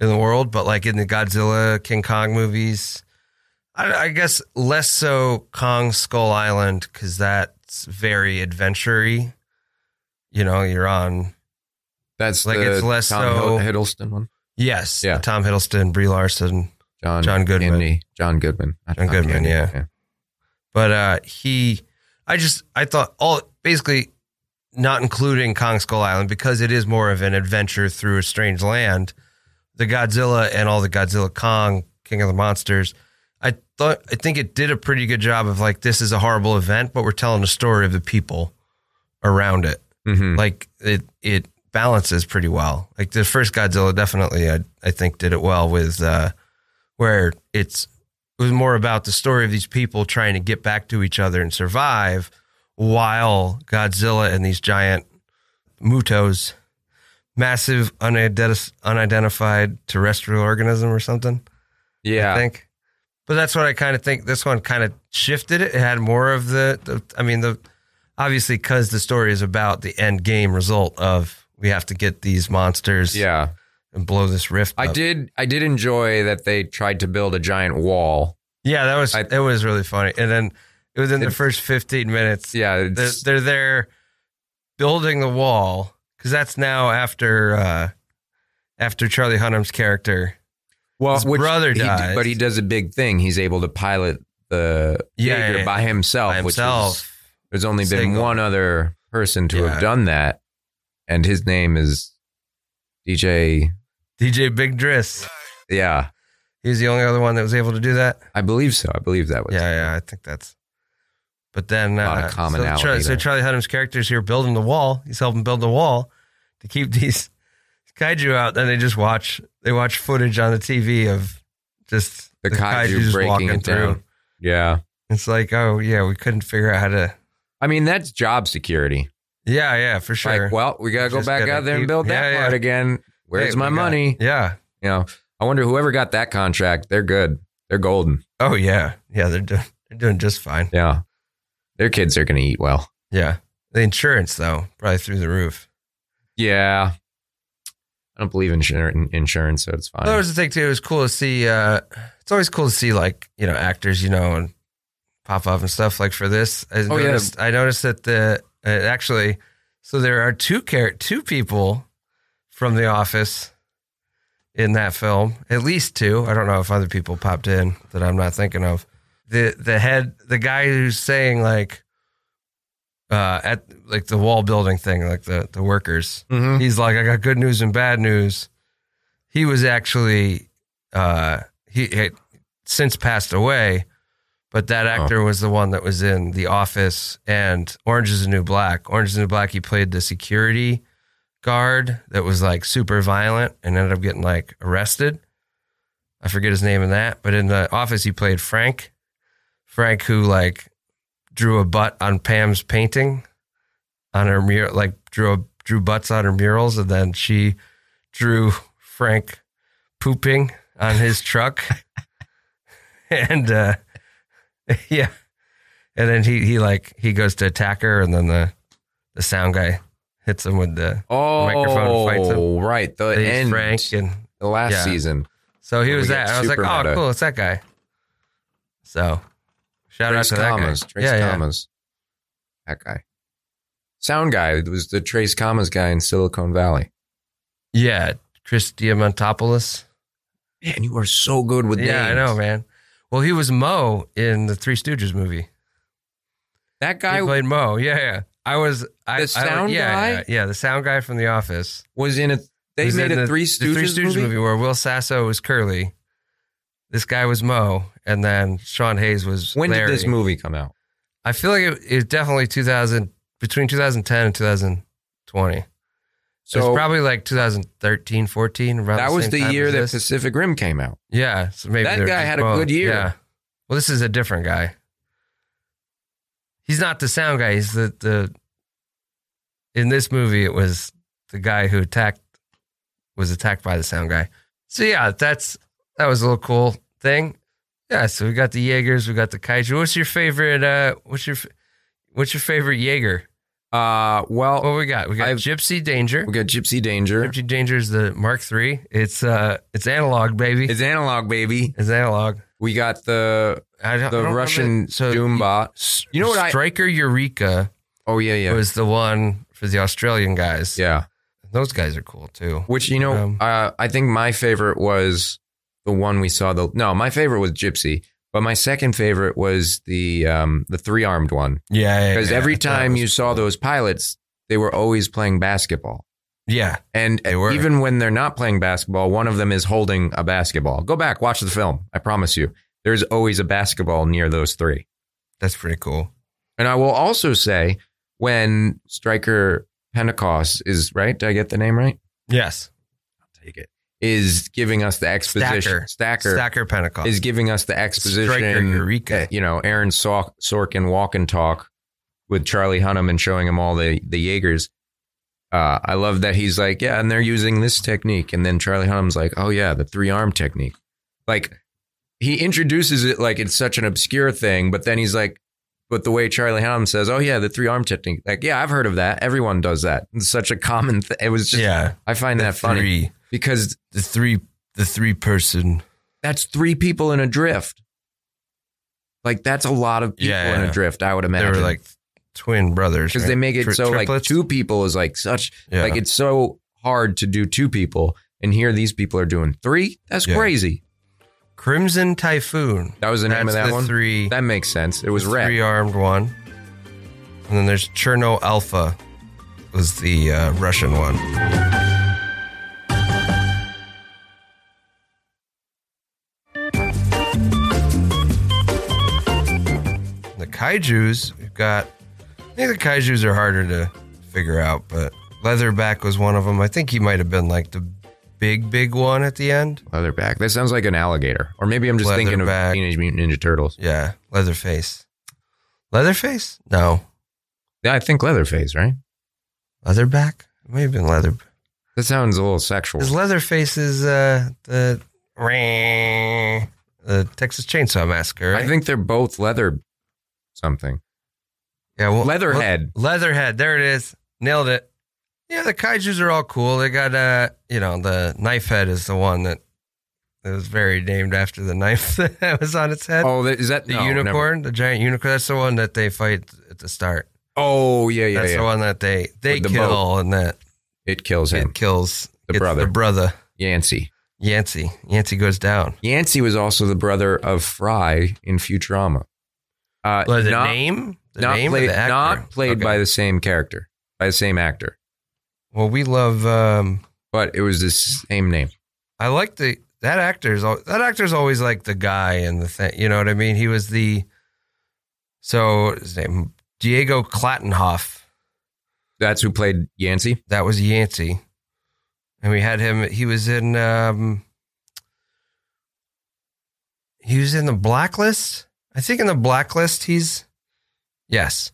[SPEAKER 3] in the world, but like in the Godzilla, King Kong movies, I, I guess less so Kong Skull Island because that's very adventure-y. You know, you're on
[SPEAKER 4] That's
[SPEAKER 3] Like,
[SPEAKER 4] the
[SPEAKER 3] it's less
[SPEAKER 4] Tom
[SPEAKER 3] so-
[SPEAKER 4] Hid- Hiddleston one.
[SPEAKER 3] yes,
[SPEAKER 4] Yeah.
[SPEAKER 3] Tom Hiddleston, Brie Larson,
[SPEAKER 4] John
[SPEAKER 3] John Goodman.
[SPEAKER 4] Candy. John Goodman. Not
[SPEAKER 3] John Goodman,
[SPEAKER 4] Candy.
[SPEAKER 3] yeah. but uh he i just i thought all basically not including kong skull island because it is more of an adventure through a strange land the godzilla and all the godzilla kong king of the monsters i thought i think it did a pretty good job of like this is a horrible event but we're telling the story of the people around it
[SPEAKER 4] Mhm.
[SPEAKER 3] like it it balances pretty well. Like the first Godzilla definitely I I think did it well with uh where it's it was more about the story of these people trying to get back to each other and survive while Godzilla and these giant mutos massive unidenti- unidentified terrestrial organism or something I
[SPEAKER 4] Yeah.
[SPEAKER 3] think. But that's what I kind of think. This one kind of shifted it. It had more of the, the I mean, the obviously because the story is about the end game result of we have to get these monsters
[SPEAKER 4] Yeah.
[SPEAKER 3] and blow this rift.
[SPEAKER 4] I
[SPEAKER 3] up.
[SPEAKER 4] did I did enjoy that they tried to build a giant wall.
[SPEAKER 3] Yeah, that was
[SPEAKER 4] I-
[SPEAKER 3] it. Was really funny. And then within the
[SPEAKER 4] It-
[SPEAKER 3] first fifteen minutes,
[SPEAKER 4] Yeah.
[SPEAKER 3] they're,
[SPEAKER 4] it's-
[SPEAKER 3] they're there building the wall because that's now after uh, after Charlie Hunnam's character.
[SPEAKER 4] well,
[SPEAKER 3] his brother
[SPEAKER 4] he d-
[SPEAKER 3] dies.
[SPEAKER 4] but he does a big thing. He's able to pilot the
[SPEAKER 3] Yeah,
[SPEAKER 4] Jaeger
[SPEAKER 3] yeah, yeah.
[SPEAKER 4] by himself,
[SPEAKER 3] by
[SPEAKER 4] Oh, which
[SPEAKER 3] himself.
[SPEAKER 4] was, there's only been
[SPEAKER 3] Single.
[SPEAKER 4] one other person to have
[SPEAKER 3] Yeah.
[SPEAKER 4] done that, and his name is DJ.
[SPEAKER 3] DJ Big Driss.
[SPEAKER 4] Yeah,
[SPEAKER 3] He was the only other one that was able to do that.
[SPEAKER 4] I believe so. I believe that was
[SPEAKER 3] yeah, yeah, I think that's. But then
[SPEAKER 4] A lot of
[SPEAKER 3] uh,
[SPEAKER 4] commonality
[SPEAKER 3] So, Char- so
[SPEAKER 4] there.
[SPEAKER 3] Charlie Hunnam's characters here building the wall. He's helping build the wall to keep these kaiju out. Then they just watch they watch footage on the TV of just
[SPEAKER 4] the, kaiju,
[SPEAKER 3] just
[SPEAKER 4] breaking it down. Yeah.
[SPEAKER 3] It's like, oh yeah, we couldn't figure out how to.
[SPEAKER 4] I mean, that's job security.
[SPEAKER 3] Yeah, yeah, for sure.
[SPEAKER 4] Like, well, we gotta go
[SPEAKER 3] Just
[SPEAKER 4] back
[SPEAKER 3] gotta
[SPEAKER 4] out there and
[SPEAKER 3] keep-
[SPEAKER 4] build that
[SPEAKER 3] Yeah,
[SPEAKER 4] part
[SPEAKER 3] yeah.
[SPEAKER 4] again. Where's
[SPEAKER 3] Hey,
[SPEAKER 4] my
[SPEAKER 3] we got-
[SPEAKER 4] money?
[SPEAKER 3] Yeah.
[SPEAKER 4] You know, I wonder whoever got that contract. They're good. They're golden.
[SPEAKER 3] Oh yeah, yeah. They're doing they're doing just fine.
[SPEAKER 4] Yeah, their kids are gonna eat well.
[SPEAKER 3] Yeah. The insurance though, probably through the roof.
[SPEAKER 4] Yeah, I don't believe in insur- insurance, so it's fine.
[SPEAKER 3] That was the thing too. It was cool to see. Uh, it's always cool to see like you know actors you know and pop up and stuff like for this. I
[SPEAKER 4] yeah.
[SPEAKER 3] noticed. I noticed that the uh, actually, so there are two char- two people from The Office in that film. At least two. I don't know if other people popped in that I'm not thinking of. The the head the guy who's saying like uh at like the wall building thing, like the the workers
[SPEAKER 4] Mhm.
[SPEAKER 3] he's like, I got good news and bad news. He was actually uh, he had since passed away, but that actor was the one that was in The Office and Orange Is the New Black. Orange Is the New Black. He played the security guard that was like super violent and ended up getting like arrested. I forget his name in that, but in The Office he played Frank. Frank who like drew a butt on Pam's painting on her mirror, like drew a drew butts on her murals, and then she drew Frank pooping on his truck. and uh, yeah, and then he he like he goes to attack her, and then the the sound guy hits him with the
[SPEAKER 4] Oh,
[SPEAKER 3] Microphone fights him.
[SPEAKER 4] right. The
[SPEAKER 3] he's
[SPEAKER 4] end.
[SPEAKER 3] Frank, and
[SPEAKER 4] the last
[SPEAKER 3] yeah.
[SPEAKER 4] season.
[SPEAKER 3] so he
[SPEAKER 4] We
[SPEAKER 3] was
[SPEAKER 4] get
[SPEAKER 3] that. and I was like,
[SPEAKER 4] super
[SPEAKER 3] oh,
[SPEAKER 4] meta.
[SPEAKER 3] cool, it's that guy. So shout
[SPEAKER 4] Trace
[SPEAKER 3] out to
[SPEAKER 4] commas.
[SPEAKER 3] that guy.
[SPEAKER 4] Trace commas. That guy. Sound guy it was the Trace commas guy in Silicon Valley.
[SPEAKER 3] yeah, yeah, Chris Diamantopoulos.
[SPEAKER 4] Man, you are so good with
[SPEAKER 3] yeah, I
[SPEAKER 4] names.
[SPEAKER 3] know, man. Well, he was Mo in the Three Stooges movie.
[SPEAKER 4] That
[SPEAKER 3] He
[SPEAKER 4] guy
[SPEAKER 3] played Mo. Yeah, yeah. I was I,
[SPEAKER 4] The
[SPEAKER 3] I-
[SPEAKER 4] sound
[SPEAKER 3] yeah,
[SPEAKER 4] guy?
[SPEAKER 3] Yeah, yeah, the sound guy from The Office.
[SPEAKER 4] was in a. They
[SPEAKER 3] He's
[SPEAKER 4] made
[SPEAKER 3] in
[SPEAKER 4] a
[SPEAKER 3] the-
[SPEAKER 4] Three
[SPEAKER 3] the
[SPEAKER 4] Stooges,
[SPEAKER 3] Three Stooges movie?
[SPEAKER 4] movie.
[SPEAKER 3] where Will Sasso was Curly. This guy was Mo, and then Sean Hayes was
[SPEAKER 4] When
[SPEAKER 3] Larry.
[SPEAKER 4] did this movie come out?
[SPEAKER 3] I feel like it, it definitely 2000 between 2010 and 2020. So it's
[SPEAKER 4] So
[SPEAKER 3] probably like 2013, 14. Around
[SPEAKER 4] that
[SPEAKER 3] the
[SPEAKER 4] was
[SPEAKER 3] same
[SPEAKER 4] the
[SPEAKER 3] time
[SPEAKER 4] year
[SPEAKER 3] as
[SPEAKER 4] that
[SPEAKER 3] this.
[SPEAKER 4] Pacific Rim came out.
[SPEAKER 3] yeah, so maybe
[SPEAKER 4] that
[SPEAKER 3] they're
[SPEAKER 4] guy
[SPEAKER 3] just
[SPEAKER 4] had a
[SPEAKER 3] both.
[SPEAKER 4] good year.
[SPEAKER 3] Yeah. Well, this is a different guy. He's not the sound guy. He's the the. In this movie, it was the guy who attacked was attacked by the sound guy. So yeah, that's that was a little cool thing. Yeah, so we got the Jaegers, we got the Kaiju. What's your favorite? Uh, what's your f- what's your favorite Jaeger?
[SPEAKER 4] Uh, well,
[SPEAKER 3] What we got? We got
[SPEAKER 4] I've-
[SPEAKER 3] Gypsy Danger.
[SPEAKER 4] we got Gypsy Danger.
[SPEAKER 3] Gypsy Danger is the Mark III. It's uh, it's analog, baby. It's,
[SPEAKER 4] It's analog, baby.
[SPEAKER 3] analog.
[SPEAKER 4] We got the
[SPEAKER 3] I don't, I
[SPEAKER 4] the
[SPEAKER 3] don't
[SPEAKER 4] Russian
[SPEAKER 3] remember- so
[SPEAKER 4] Doom bot.
[SPEAKER 3] S-
[SPEAKER 4] You know what I-
[SPEAKER 3] Striker Eureka
[SPEAKER 4] Oh yeah, yeah,
[SPEAKER 3] was the one for the Australian guys.
[SPEAKER 4] yeah.
[SPEAKER 3] Those guys are cool too.
[SPEAKER 4] Which you know,
[SPEAKER 3] Um,
[SPEAKER 4] uh, I think my favorite was the one we saw. The no, my favorite was Gypsy, but my second favorite was the um, the three armed one
[SPEAKER 3] Yeah.
[SPEAKER 4] because every time you saw those pilots, they were always playing basketball.
[SPEAKER 3] Yeah.
[SPEAKER 4] And
[SPEAKER 3] They were.
[SPEAKER 4] even when they're not playing basketball, one of them is holding a basketball. Go back, watch the film. I promise you, there's always a basketball near those three.
[SPEAKER 3] That's pretty cool.
[SPEAKER 4] And I will also say when Striker Pentecost is right. Did I get the name right?
[SPEAKER 3] Yes.
[SPEAKER 4] Take it. Is giving us the
[SPEAKER 3] Stacker.
[SPEAKER 4] exposition. Stacker,
[SPEAKER 3] Stacker Pentecost.
[SPEAKER 4] is giving us the
[SPEAKER 3] Striker
[SPEAKER 4] exposition.
[SPEAKER 3] Eureka.
[SPEAKER 4] You know, Aaron Sork, Sorkin walk and talk with Charlie Hunnam and showing him all the the Jaegers. Uh, I love that he's like, yeah, and they're using this technique, and then Charlie Hunnam's like, oh yeah, the three arm technique. Like he introduces it like it's such an obscure thing, but then he's like, but the way Charlie Hunnam says, oh yeah, the three arm technique. Like yeah, I've heard of that. Everyone does that. It's such a common. thing. It was just
[SPEAKER 3] yeah.
[SPEAKER 4] I find that funny
[SPEAKER 3] Three,
[SPEAKER 4] because
[SPEAKER 3] the three, the three person.
[SPEAKER 4] that's three people in a drift. Like that's a lot of people
[SPEAKER 3] Yeah,
[SPEAKER 4] in
[SPEAKER 3] yeah.
[SPEAKER 4] a drift. I would
[SPEAKER 3] They
[SPEAKER 4] imagine
[SPEAKER 3] were like twin brothers
[SPEAKER 4] because
[SPEAKER 3] right?
[SPEAKER 4] they make it
[SPEAKER 3] Tri-
[SPEAKER 4] so like
[SPEAKER 3] triplets?
[SPEAKER 4] two people is like such
[SPEAKER 3] Yeah.
[SPEAKER 4] like it's so hard to do two people, and here these people are doing three. That's
[SPEAKER 3] Yeah.
[SPEAKER 4] crazy.
[SPEAKER 3] Crimson Typhoon.
[SPEAKER 4] That was the name
[SPEAKER 3] That's
[SPEAKER 4] of that
[SPEAKER 3] the
[SPEAKER 4] one.
[SPEAKER 3] Three.
[SPEAKER 4] That makes sense. It was red.
[SPEAKER 3] three armed one. And then there's Cherno Alpha, was the uh, Russian one. The kaiju's, we've got. I think the kaiju's are harder to figure out, but Leatherback was one of them. I think he might have been like the big, big one at the end.
[SPEAKER 4] Leatherback. That sounds like an alligator, or maybe I'm just thinking of
[SPEAKER 3] Leatherback.
[SPEAKER 4] Teenage Mutant Ninja Turtles.
[SPEAKER 3] Yeah, Leatherface. Leatherface? No,
[SPEAKER 4] Yeah, I think Leatherface. Right?
[SPEAKER 3] Leatherback? It may have been Leather.
[SPEAKER 4] That sounds a little sexual.
[SPEAKER 3] Because Leatherface is uh, the the Texas Chainsaw Massacre. right?
[SPEAKER 4] I think they're both leather something.
[SPEAKER 3] yeah, well,
[SPEAKER 4] Leatherhead.
[SPEAKER 3] Le- Leatherhead. There it is. Nailed it. Yeah, the kaiju's are all cool. They got uh, you know, the knife head is the one that that was very named after the knife that was on its head.
[SPEAKER 4] Oh, that- is that
[SPEAKER 3] the
[SPEAKER 4] no, never-
[SPEAKER 3] unicorn, the giant unicorn. That's the one that they fight at the start.
[SPEAKER 4] Oh yeah, yeah,
[SPEAKER 3] that's
[SPEAKER 4] yeah.
[SPEAKER 3] the one that they they
[SPEAKER 4] With the
[SPEAKER 3] kill
[SPEAKER 4] boat.
[SPEAKER 3] and that
[SPEAKER 4] It kills him.
[SPEAKER 3] it kills
[SPEAKER 4] The
[SPEAKER 3] it's
[SPEAKER 4] brother.
[SPEAKER 3] The brother
[SPEAKER 4] Yancey.
[SPEAKER 3] Yancey. Yancey goes down.
[SPEAKER 4] Yancey was also the brother of Fry in Futurama. Uh,
[SPEAKER 3] Well, the
[SPEAKER 4] not,
[SPEAKER 3] name, the
[SPEAKER 4] not
[SPEAKER 3] name, or
[SPEAKER 4] played,
[SPEAKER 3] the actor?
[SPEAKER 4] not played
[SPEAKER 3] Okay.
[SPEAKER 4] by the same character, by the same actor,
[SPEAKER 3] Well, we love. Um,
[SPEAKER 4] but it was the same name.
[SPEAKER 3] I like the that actor's al- that actor's always like the guy and the thing. You know what I mean? He was the so his name Diego Klattenhoff.
[SPEAKER 4] That's who played Yancey.
[SPEAKER 3] That was Yancey, and we had him. He was in. Um, he was in the blacklist. I think in the blacklist, he's yes,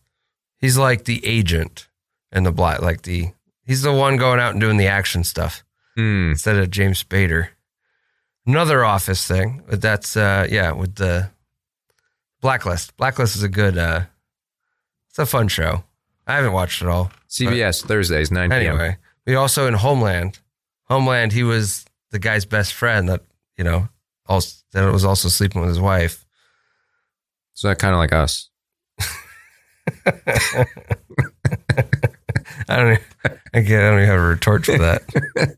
[SPEAKER 3] he's like the agent in the black, like the He's the one going out and doing the action stuff
[SPEAKER 4] Hmm.
[SPEAKER 3] instead of James Spader. Another office thing, but that's uh yeah, with the Blacklist. Blacklist is a good uh it's a fun show. I haven't watched it all.
[SPEAKER 4] CBS Thursdays, 9 p.m.
[SPEAKER 3] Anyway, we also in Homeland. Homeland, he was the guy's best friend that, you know, also, that was also sleeping with his wife.
[SPEAKER 4] So kind of like us.
[SPEAKER 3] I don't even- again, I don't even have a retort for that.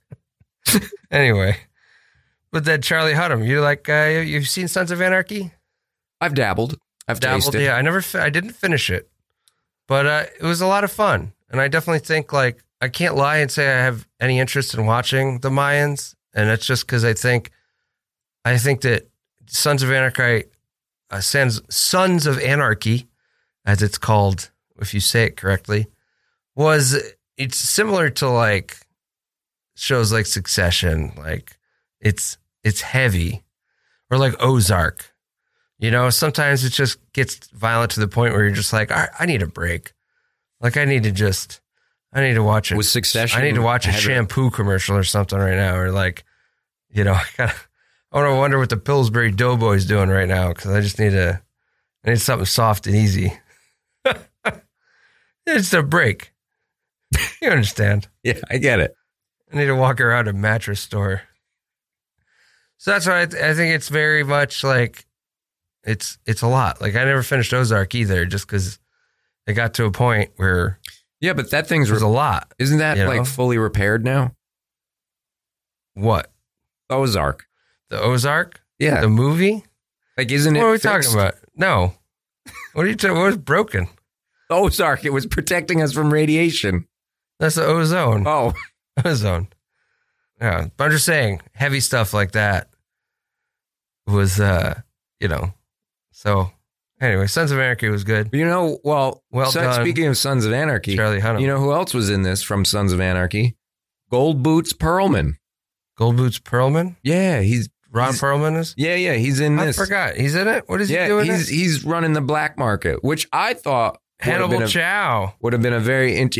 [SPEAKER 3] anyway, but then Charlie Hunnam, you're like, uh, you've seen Sons of Anarchy?
[SPEAKER 4] I've dabbled. I've
[SPEAKER 3] Dabbled,
[SPEAKER 4] tasted.
[SPEAKER 3] yeah. I never, fi- I didn't finish it, but uh, it was a lot of fun, and I definitely think like I can't lie and say I have any interest in watching the Mayans, and that's just because I think, I think that Sons of Anarchy, uh, Sons Sons of Anarchy, as it's called, if you say it correctly, was it's similar to like shows like Succession, like it's it's heavy, or like Ozark. You know, sometimes it just gets violent to the point where you're just like, I, I need a break. Like I need to just, I need to watch it.
[SPEAKER 4] Was Succession
[SPEAKER 3] I need to watch a
[SPEAKER 4] heavy?
[SPEAKER 3] shampoo commercial or something right now, or like, you know, I gotta, I want to wonder what the Pillsbury Doughboy's doing right now because I just need a, I need something soft and easy. it's a break. you understand?
[SPEAKER 4] yeah, I get it.
[SPEAKER 3] I need to walk around a mattress store. So that's why I, th- I think it's very much like it's it's a lot. Like I never finished Ozark either, just because it got to a point where
[SPEAKER 4] Yeah, but that thing's
[SPEAKER 3] it was a
[SPEAKER 4] re-
[SPEAKER 3] lot.
[SPEAKER 4] isn't that
[SPEAKER 3] you know?
[SPEAKER 4] like fully repaired now?
[SPEAKER 3] What
[SPEAKER 4] Ozark.
[SPEAKER 3] the Ozark,
[SPEAKER 4] Yeah,
[SPEAKER 3] the movie?
[SPEAKER 4] like isn't
[SPEAKER 3] What
[SPEAKER 4] it?
[SPEAKER 3] are we
[SPEAKER 4] fixed?
[SPEAKER 3] talking about? No. What are you talking? What was broken?
[SPEAKER 4] Ozark. It was protecting us from radiation.
[SPEAKER 3] That's the ozone.
[SPEAKER 4] Oh,
[SPEAKER 3] Ozone. Yeah, but I'm just saying, heavy stuff like that was, uh, you know. So, anyway, Sons of Anarchy was good.
[SPEAKER 4] you know. Well,
[SPEAKER 3] Well
[SPEAKER 4] so-
[SPEAKER 3] done.
[SPEAKER 4] Speaking of Sons of Anarchy,
[SPEAKER 3] Charlie Hunnam.
[SPEAKER 4] you know who else was in this from Sons of Anarchy? Gold Boots Perlman.
[SPEAKER 3] Gold Boots Perlman?
[SPEAKER 4] Yeah, he's
[SPEAKER 3] Ron
[SPEAKER 4] He's-
[SPEAKER 3] Perlman is?
[SPEAKER 4] yeah, yeah, he's in
[SPEAKER 3] I
[SPEAKER 4] this.
[SPEAKER 3] forgot. He's in it? What is
[SPEAKER 4] yeah,
[SPEAKER 3] he doing?
[SPEAKER 4] he's
[SPEAKER 3] in it?
[SPEAKER 4] he's running the black market, which I thought would have
[SPEAKER 3] Hannibal
[SPEAKER 4] been a-
[SPEAKER 3] Chow.
[SPEAKER 4] would have been a very int-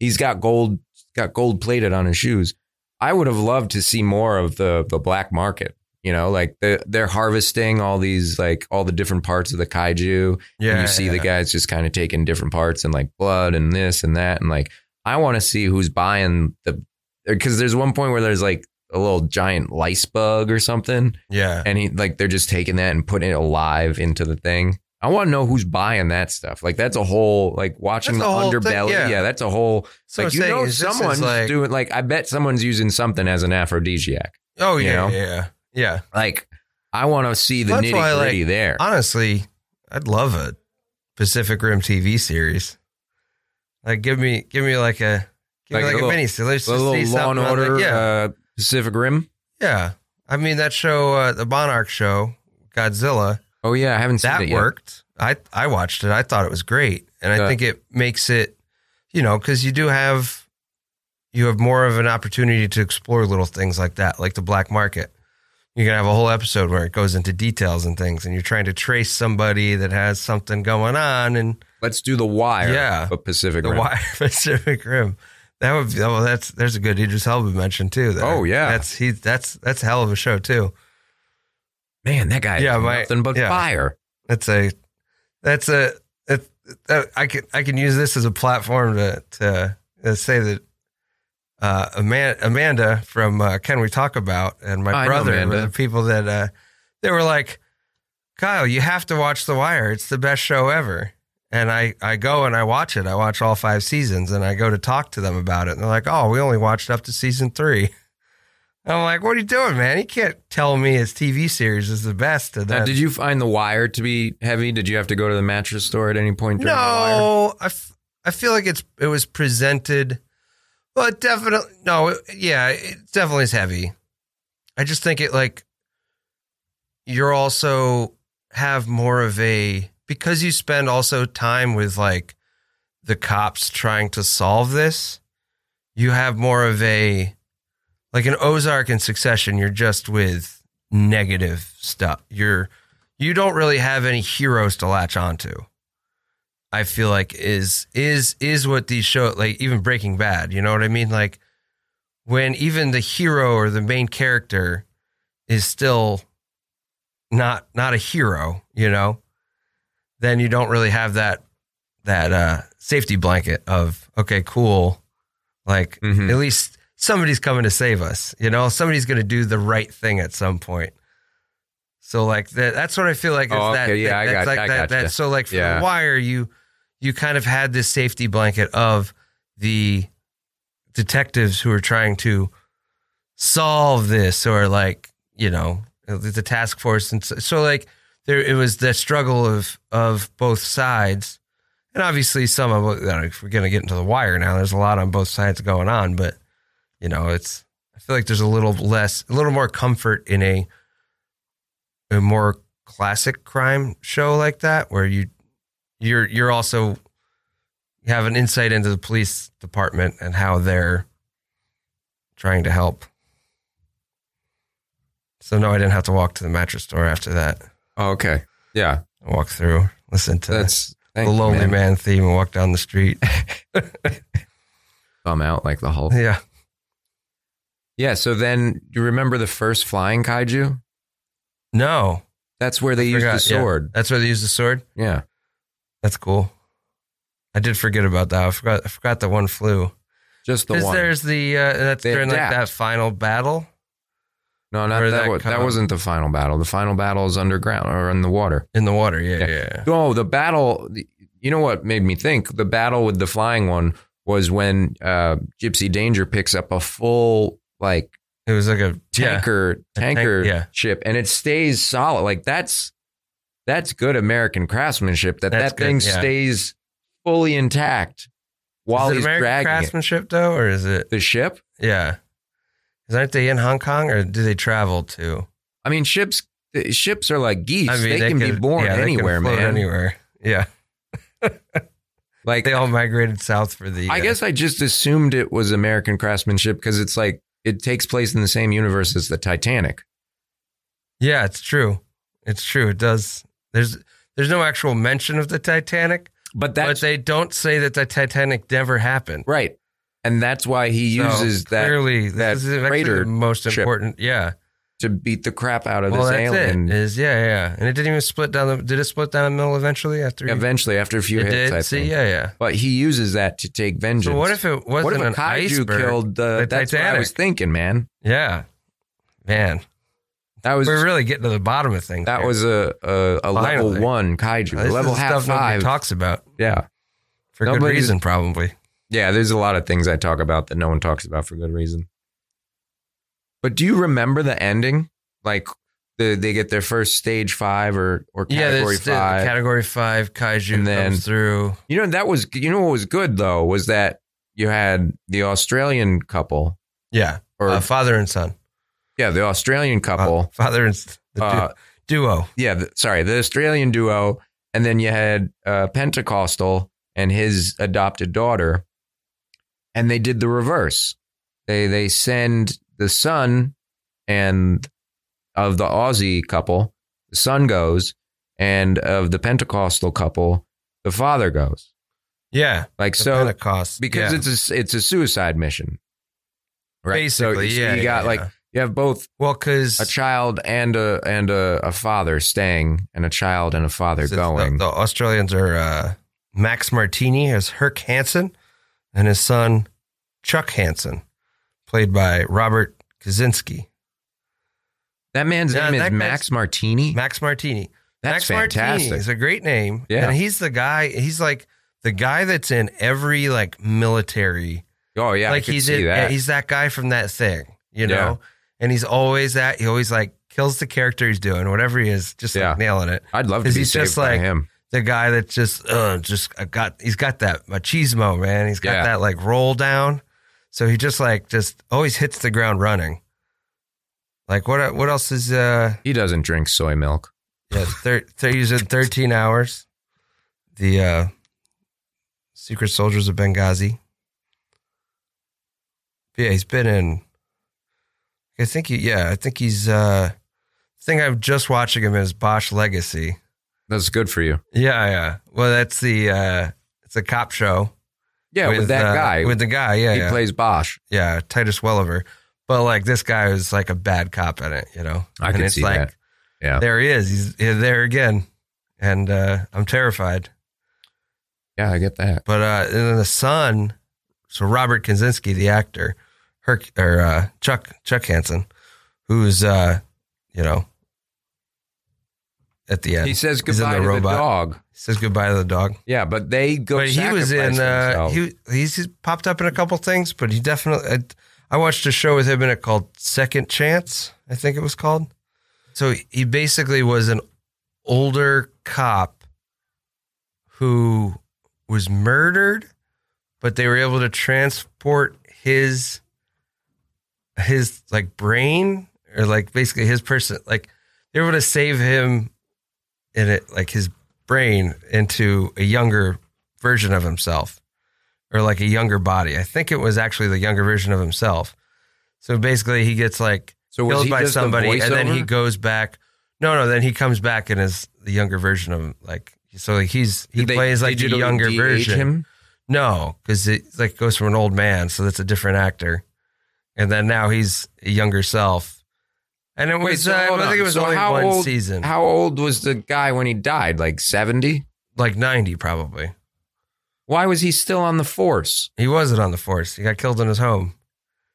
[SPEAKER 4] he's got gold got gold plated on his shoes. I would have loved to see more of the the black market. You know, like the, they're harvesting all these like all the different parts of the kaiju.
[SPEAKER 3] Yeah.
[SPEAKER 4] and you see the
[SPEAKER 3] yeah.
[SPEAKER 4] guys just kind of taking different parts and like blood and this and that and like I want to see who's buying the because there's one point where there's like a little giant lice bug or something
[SPEAKER 3] Yeah.
[SPEAKER 4] and he like they're just taking that and putting it alive into the thing. I want to know who's buying that stuff. Like that's a whole like watching
[SPEAKER 3] That's a whole
[SPEAKER 4] the
[SPEAKER 3] thing,
[SPEAKER 4] underbelly.
[SPEAKER 3] yeah.
[SPEAKER 4] yeah. that's a whole
[SPEAKER 3] So
[SPEAKER 4] like
[SPEAKER 3] I'm
[SPEAKER 4] you
[SPEAKER 3] saying
[SPEAKER 4] know
[SPEAKER 3] is this is
[SPEAKER 4] someone's
[SPEAKER 3] like,
[SPEAKER 4] doing like I bet someone's using something as an aphrodisiac.
[SPEAKER 3] Oh,
[SPEAKER 4] you
[SPEAKER 3] yeah,
[SPEAKER 4] know?
[SPEAKER 3] yeah. Yeah. Yeah.
[SPEAKER 4] Like I want to see the
[SPEAKER 3] That's why,
[SPEAKER 4] nitty gritty there.
[SPEAKER 3] Honestly, I'd love a Pacific Rim TV series. Like, give me, give me like a, give
[SPEAKER 4] Like
[SPEAKER 3] me like
[SPEAKER 4] a
[SPEAKER 3] a,
[SPEAKER 4] little-
[SPEAKER 3] mini series. Let's
[SPEAKER 4] a
[SPEAKER 3] just see
[SPEAKER 4] little Law
[SPEAKER 3] something
[SPEAKER 4] and
[SPEAKER 3] about, like,
[SPEAKER 4] Order,
[SPEAKER 3] yeah.
[SPEAKER 4] uh, Pacific Rim.
[SPEAKER 3] yeah. I mean, that show, uh, the Monarch show, Godzilla.
[SPEAKER 4] Oh yeah, I haven't seen
[SPEAKER 3] that
[SPEAKER 4] it yet.
[SPEAKER 3] worked. I I watched it. I thought it was great, and I
[SPEAKER 4] Yeah.
[SPEAKER 3] think it makes it, you know, because you do have, you have more of an opportunity to explore little things like that, like the black market. You're gonna have a whole episode where it goes into details and things, and you're trying to trace somebody that has something going on, and
[SPEAKER 4] Let's do the Wire.
[SPEAKER 3] Yeah.
[SPEAKER 4] but Pacific
[SPEAKER 3] the
[SPEAKER 4] Rim.
[SPEAKER 3] wire Pacific Rim. That would be, well, that's there's a good Idris Elba mention too. There.
[SPEAKER 4] Oh, yeah.
[SPEAKER 3] that's he that's that's a hell of a show too.
[SPEAKER 4] Man, that guy.
[SPEAKER 3] Yeah,
[SPEAKER 4] Yeah,
[SPEAKER 3] my-
[SPEAKER 4] nothing but
[SPEAKER 3] yeah.
[SPEAKER 4] fire.
[SPEAKER 3] that's a that's a that, that I can I can use this as a platform to to, uh, say that uh, Ama- Amanda from uh, Can We Talk About and my
[SPEAKER 4] I know
[SPEAKER 3] brother were
[SPEAKER 4] Amanda.
[SPEAKER 3] the people that uh, they were like, Kyle, you have to watch The Wire. It's the best show ever. And I, I go and I watch it. I watch all five seasons and I go to talk to them about it. And they're like, oh, we only watched up to season three. And I'm like, what are you doing, man? You can't tell me his TV series is the best. And
[SPEAKER 4] Now,
[SPEAKER 3] then-
[SPEAKER 4] did you find the Wire to be heavy? Did you have to go to the mattress store at any point? During The wire?
[SPEAKER 3] No, I, f- I feel like it's it was presented. Well, it definitely no, it- yeah, it definitely is heavy. I just think it like you're also have more of a because you spend also time with like the cops trying to solve this. You have more of a like an Ozark in Succession. You're just with negative stuff. You're you don't really have any heroes to latch onto. I feel like is is is what these show like even Breaking Bad, you know what I mean? Like when even the hero or the main character is still not not a hero, you know, then you don't really have that that uh safety blanket of okay, cool. Like
[SPEAKER 4] Mhm.
[SPEAKER 3] at least somebody's coming to save us, you know? Somebody's going to do the right thing at some point. So like that, that's what I feel like. It's
[SPEAKER 4] Oh,
[SPEAKER 3] that,
[SPEAKER 4] okay. Yeah, I
[SPEAKER 3] that's
[SPEAKER 4] got-
[SPEAKER 3] like
[SPEAKER 4] I
[SPEAKER 3] that,
[SPEAKER 4] gotcha.
[SPEAKER 3] that- So like for
[SPEAKER 4] Yeah.
[SPEAKER 3] the wire, you you kind of had this safety blanket of the detectives who are trying to solve this or like you know the task force and so, so like there it was the struggle of of both sides and obviously some of you know, if we're going to get into the wire now there's a lot on both sides going on but you know it's i feel like there's a little less a little more comfort in a a more classic crime show like that where you you're you're also you have an insight into the police department and how they're trying to help. So no, I didn't have to walk to the mattress store after that.
[SPEAKER 4] Oh, okay. Yeah.
[SPEAKER 3] I walked through, listened to
[SPEAKER 4] That's
[SPEAKER 3] the
[SPEAKER 4] thank you,
[SPEAKER 3] lonely man. theme and walked down the street.
[SPEAKER 4] Bum out like the Hulk.
[SPEAKER 3] yeah.
[SPEAKER 4] Yeah. So then you remember the first flying kaiju?
[SPEAKER 3] No.
[SPEAKER 4] That's where they used the
[SPEAKER 3] Forgot, yeah.
[SPEAKER 4] sword.
[SPEAKER 3] That's where they used the sword?
[SPEAKER 4] Yeah.
[SPEAKER 3] That's cool. I did forget about that. I forgot I forgot that one flew.
[SPEAKER 4] Just the
[SPEAKER 3] Because
[SPEAKER 4] one.
[SPEAKER 3] there's the uh, that's
[SPEAKER 4] They
[SPEAKER 3] during like
[SPEAKER 4] adapt.
[SPEAKER 3] that final battle.
[SPEAKER 4] no, not
[SPEAKER 3] where
[SPEAKER 4] that.
[SPEAKER 3] that
[SPEAKER 4] wa- that
[SPEAKER 3] come-
[SPEAKER 4] wasn't the final battle. The final battle is underground or in the water.
[SPEAKER 3] In the water, yeah,
[SPEAKER 4] Yeah.
[SPEAKER 3] yeah. yeah.
[SPEAKER 4] No, Oh, the battle. You know what made me think? The battle with the flying one was when uh, Gypsy Danger picks up a full like
[SPEAKER 3] It was like a yeah.
[SPEAKER 4] tanker
[SPEAKER 3] A tank-
[SPEAKER 4] tanker
[SPEAKER 3] yeah.
[SPEAKER 4] ship, and it stays solid. Like that's that's good American craftsmanship. That
[SPEAKER 3] That's
[SPEAKER 4] that
[SPEAKER 3] good,
[SPEAKER 4] thing
[SPEAKER 3] yeah.
[SPEAKER 4] stays fully intact while
[SPEAKER 3] is it
[SPEAKER 4] he's
[SPEAKER 3] American
[SPEAKER 4] dragging it.
[SPEAKER 3] craftsmanship though, or is it
[SPEAKER 4] the ship.
[SPEAKER 3] yeah? Is aren't they in Hong Kong or do they travel to?
[SPEAKER 4] I mean, ships uh, ships are like geese.
[SPEAKER 3] I mean,
[SPEAKER 4] they, can be
[SPEAKER 3] could-
[SPEAKER 4] born
[SPEAKER 3] yeah, they could
[SPEAKER 4] anywhere,
[SPEAKER 3] float
[SPEAKER 4] man.
[SPEAKER 3] Anywhere, yeah.
[SPEAKER 4] Like
[SPEAKER 3] They all migrated south for the.
[SPEAKER 4] I
[SPEAKER 3] uh,
[SPEAKER 4] guess I just assumed it was American craftsmanship because it's like it takes place in the same universe as the Titanic.
[SPEAKER 3] Yeah, it's true. It's true. It does. There's there's no actual mention of the Titanic,
[SPEAKER 4] But that's
[SPEAKER 3] but they don't say that the Titanic never happened.
[SPEAKER 4] right. And that's why he
[SPEAKER 3] So
[SPEAKER 4] uses that
[SPEAKER 3] clearly
[SPEAKER 4] that
[SPEAKER 3] this is actually
[SPEAKER 4] freighter
[SPEAKER 3] the most
[SPEAKER 4] ship.
[SPEAKER 3] important. Yeah.
[SPEAKER 4] to beat the crap out of
[SPEAKER 3] Well,
[SPEAKER 4] this
[SPEAKER 3] that's
[SPEAKER 4] alien.
[SPEAKER 3] it. Is yeah, yeah. And it didn't even split down the. Did it split down the middle eventually after? he-
[SPEAKER 4] Eventually, after a few
[SPEAKER 3] it
[SPEAKER 4] hits,
[SPEAKER 3] did.
[SPEAKER 4] I
[SPEAKER 3] See,
[SPEAKER 4] think.
[SPEAKER 3] yeah, yeah.
[SPEAKER 4] But he uses that to take vengeance.
[SPEAKER 3] So what if it wasn't
[SPEAKER 4] What if a
[SPEAKER 3] an
[SPEAKER 4] kaiju
[SPEAKER 3] iceberg?
[SPEAKER 4] killed the?
[SPEAKER 3] the
[SPEAKER 4] that's what I was
[SPEAKER 3] Titanic?
[SPEAKER 4] thinking, man.
[SPEAKER 3] Yeah, man,
[SPEAKER 4] That was
[SPEAKER 3] we're really getting to the bottom of things.
[SPEAKER 4] that
[SPEAKER 3] here.
[SPEAKER 4] was a a, a level
[SPEAKER 3] Finally.
[SPEAKER 4] one kaiju,
[SPEAKER 3] This
[SPEAKER 4] a level
[SPEAKER 3] is
[SPEAKER 4] half
[SPEAKER 3] stuff nobody
[SPEAKER 4] five.
[SPEAKER 3] talks about
[SPEAKER 4] yeah,
[SPEAKER 3] for good
[SPEAKER 4] Nobody's-
[SPEAKER 3] reason, probably.
[SPEAKER 4] yeah. There's a lot of things I talk about that no one talks about for good reason. But do you remember the ending? Like the, they get their first stage five or or category
[SPEAKER 3] there's the-
[SPEAKER 4] five.
[SPEAKER 3] category five kaiju
[SPEAKER 4] And then-
[SPEAKER 3] comes through.
[SPEAKER 4] You know that was you know what was good though was that you had the Australian couple
[SPEAKER 3] Yeah,
[SPEAKER 4] or
[SPEAKER 3] uh, father and son.
[SPEAKER 4] yeah the Australian
[SPEAKER 3] Fa-
[SPEAKER 4] couple.
[SPEAKER 3] father and s- the du-
[SPEAKER 4] uh,
[SPEAKER 3] duo.
[SPEAKER 4] yeah, the, sorry, the Australian duo, and then you had uh, Pentecostal and his adopted daughter, and they did the reverse. They they send the son and of the Aussie couple, the son goes, and of the Pentecostal couple, the father goes.
[SPEAKER 3] Yeah,
[SPEAKER 4] Like
[SPEAKER 3] the
[SPEAKER 4] so,
[SPEAKER 3] Pentecost.
[SPEAKER 4] because
[SPEAKER 3] yeah.
[SPEAKER 4] it's a it's a suicide mission, right? So-
[SPEAKER 3] basically
[SPEAKER 4] so,
[SPEAKER 3] yeah.
[SPEAKER 4] you
[SPEAKER 3] yeah,
[SPEAKER 4] got like
[SPEAKER 3] yeah.
[SPEAKER 4] you have both
[SPEAKER 3] well, because
[SPEAKER 4] a child and a and a, a father staying and a child and a father going.
[SPEAKER 3] The, Australians are uh, Max Martini as Herc Hansen and his son Chuck Hansen, played by Robert Kaczynski.
[SPEAKER 4] that man's
[SPEAKER 3] Yeah,
[SPEAKER 4] name
[SPEAKER 3] that
[SPEAKER 4] is
[SPEAKER 3] guy's-
[SPEAKER 4] Max Martini.
[SPEAKER 3] Max Martini.
[SPEAKER 4] That's
[SPEAKER 3] Max
[SPEAKER 4] fantastic.
[SPEAKER 3] Martini is a great name.
[SPEAKER 4] Yeah.
[SPEAKER 3] And he's the guy, he's like the guy that's in every like military.
[SPEAKER 4] oh yeah,
[SPEAKER 3] like
[SPEAKER 4] I could
[SPEAKER 3] he's
[SPEAKER 4] see
[SPEAKER 3] in,
[SPEAKER 4] that.
[SPEAKER 3] he's that guy from that thing, you know?
[SPEAKER 4] Yeah.
[SPEAKER 3] And he's always that, he always like kills the character he's doing, whatever he is, just
[SPEAKER 4] Yeah.
[SPEAKER 3] like nailing it.
[SPEAKER 4] I'd love to
[SPEAKER 3] is
[SPEAKER 4] be
[SPEAKER 3] he's
[SPEAKER 4] saved
[SPEAKER 3] just
[SPEAKER 4] by
[SPEAKER 3] like-
[SPEAKER 4] him.
[SPEAKER 3] the guy that's just uh just I got he's got that machismo man he's got
[SPEAKER 4] Yeah.
[SPEAKER 3] that like roll down so he just like just always hits the ground running like what what else is uh
[SPEAKER 4] He doesn't drink soy milk.
[SPEAKER 3] yeah thir- thir- he's in 13 hours the uh secret soldiers of benghazi yeah he's been in i think he yeah i think he's uh thing i'm just watching him is bosch legacy
[SPEAKER 4] That's good for you.
[SPEAKER 3] Yeah, yeah. Well, that's the uh it's a cop show.
[SPEAKER 4] Yeah, with, that
[SPEAKER 3] uh,
[SPEAKER 4] guy.
[SPEAKER 3] With the guy, yeah,
[SPEAKER 4] he
[SPEAKER 3] yeah.
[SPEAKER 4] plays Bosch.
[SPEAKER 3] yeah, Titus Welliver. But like this guy was like a bad cop in it, you know.
[SPEAKER 4] I
[SPEAKER 3] and
[SPEAKER 4] can
[SPEAKER 3] it's
[SPEAKER 4] see
[SPEAKER 3] like
[SPEAKER 4] that. Yeah.
[SPEAKER 3] there he is. He's, he's there again, and uh, I'm terrified.
[SPEAKER 4] Yeah, I get that.
[SPEAKER 3] But uh, and then the son, so Robert Kaczynski, the actor, Herc or uh, Chuck Chuck Hansen, who's uh, you know at the end
[SPEAKER 4] He says
[SPEAKER 3] He's in
[SPEAKER 4] goodbye
[SPEAKER 3] the
[SPEAKER 4] to
[SPEAKER 3] robot.
[SPEAKER 4] the dog.
[SPEAKER 3] says goodbye to the dog.
[SPEAKER 4] Yeah, but they go.
[SPEAKER 3] but he was in. Uh,
[SPEAKER 4] Uh,
[SPEAKER 3] he he's he's popped up in a couple things, but he definitely. I, I watched a show with him in it called Second Chance, I think it was called. So he basically was an older cop who was murdered, but they were able to transport his his like brain or like basically his person like they were able to save him in it like his brain into a younger version of himself or like a younger body. I think it was actually the younger version of himself. So basically, he gets like
[SPEAKER 4] so was
[SPEAKER 3] killed
[SPEAKER 4] he
[SPEAKER 3] by
[SPEAKER 4] just the
[SPEAKER 3] somebody, and then he
[SPEAKER 4] voiceover?
[SPEAKER 3] goes back. No, no, then he comes back and is the younger version of him. Like so, like he's he
[SPEAKER 4] Did they
[SPEAKER 3] plays like the
[SPEAKER 4] digitally
[SPEAKER 3] younger
[SPEAKER 4] de-age
[SPEAKER 3] version.
[SPEAKER 4] Him?
[SPEAKER 3] No, because it like goes from an old man, so that's a different actor, and then now he's a younger self. And it was,
[SPEAKER 4] Wait, so
[SPEAKER 3] uh,
[SPEAKER 4] hold
[SPEAKER 3] I think
[SPEAKER 4] on.
[SPEAKER 3] it was
[SPEAKER 4] So
[SPEAKER 3] only
[SPEAKER 4] how
[SPEAKER 3] one
[SPEAKER 4] old-
[SPEAKER 3] season,
[SPEAKER 4] How old was the guy when he died? Like seventy?
[SPEAKER 3] like ninety probably.
[SPEAKER 4] Why was he still on the force?
[SPEAKER 3] He wasn't on the force. He got killed in his home.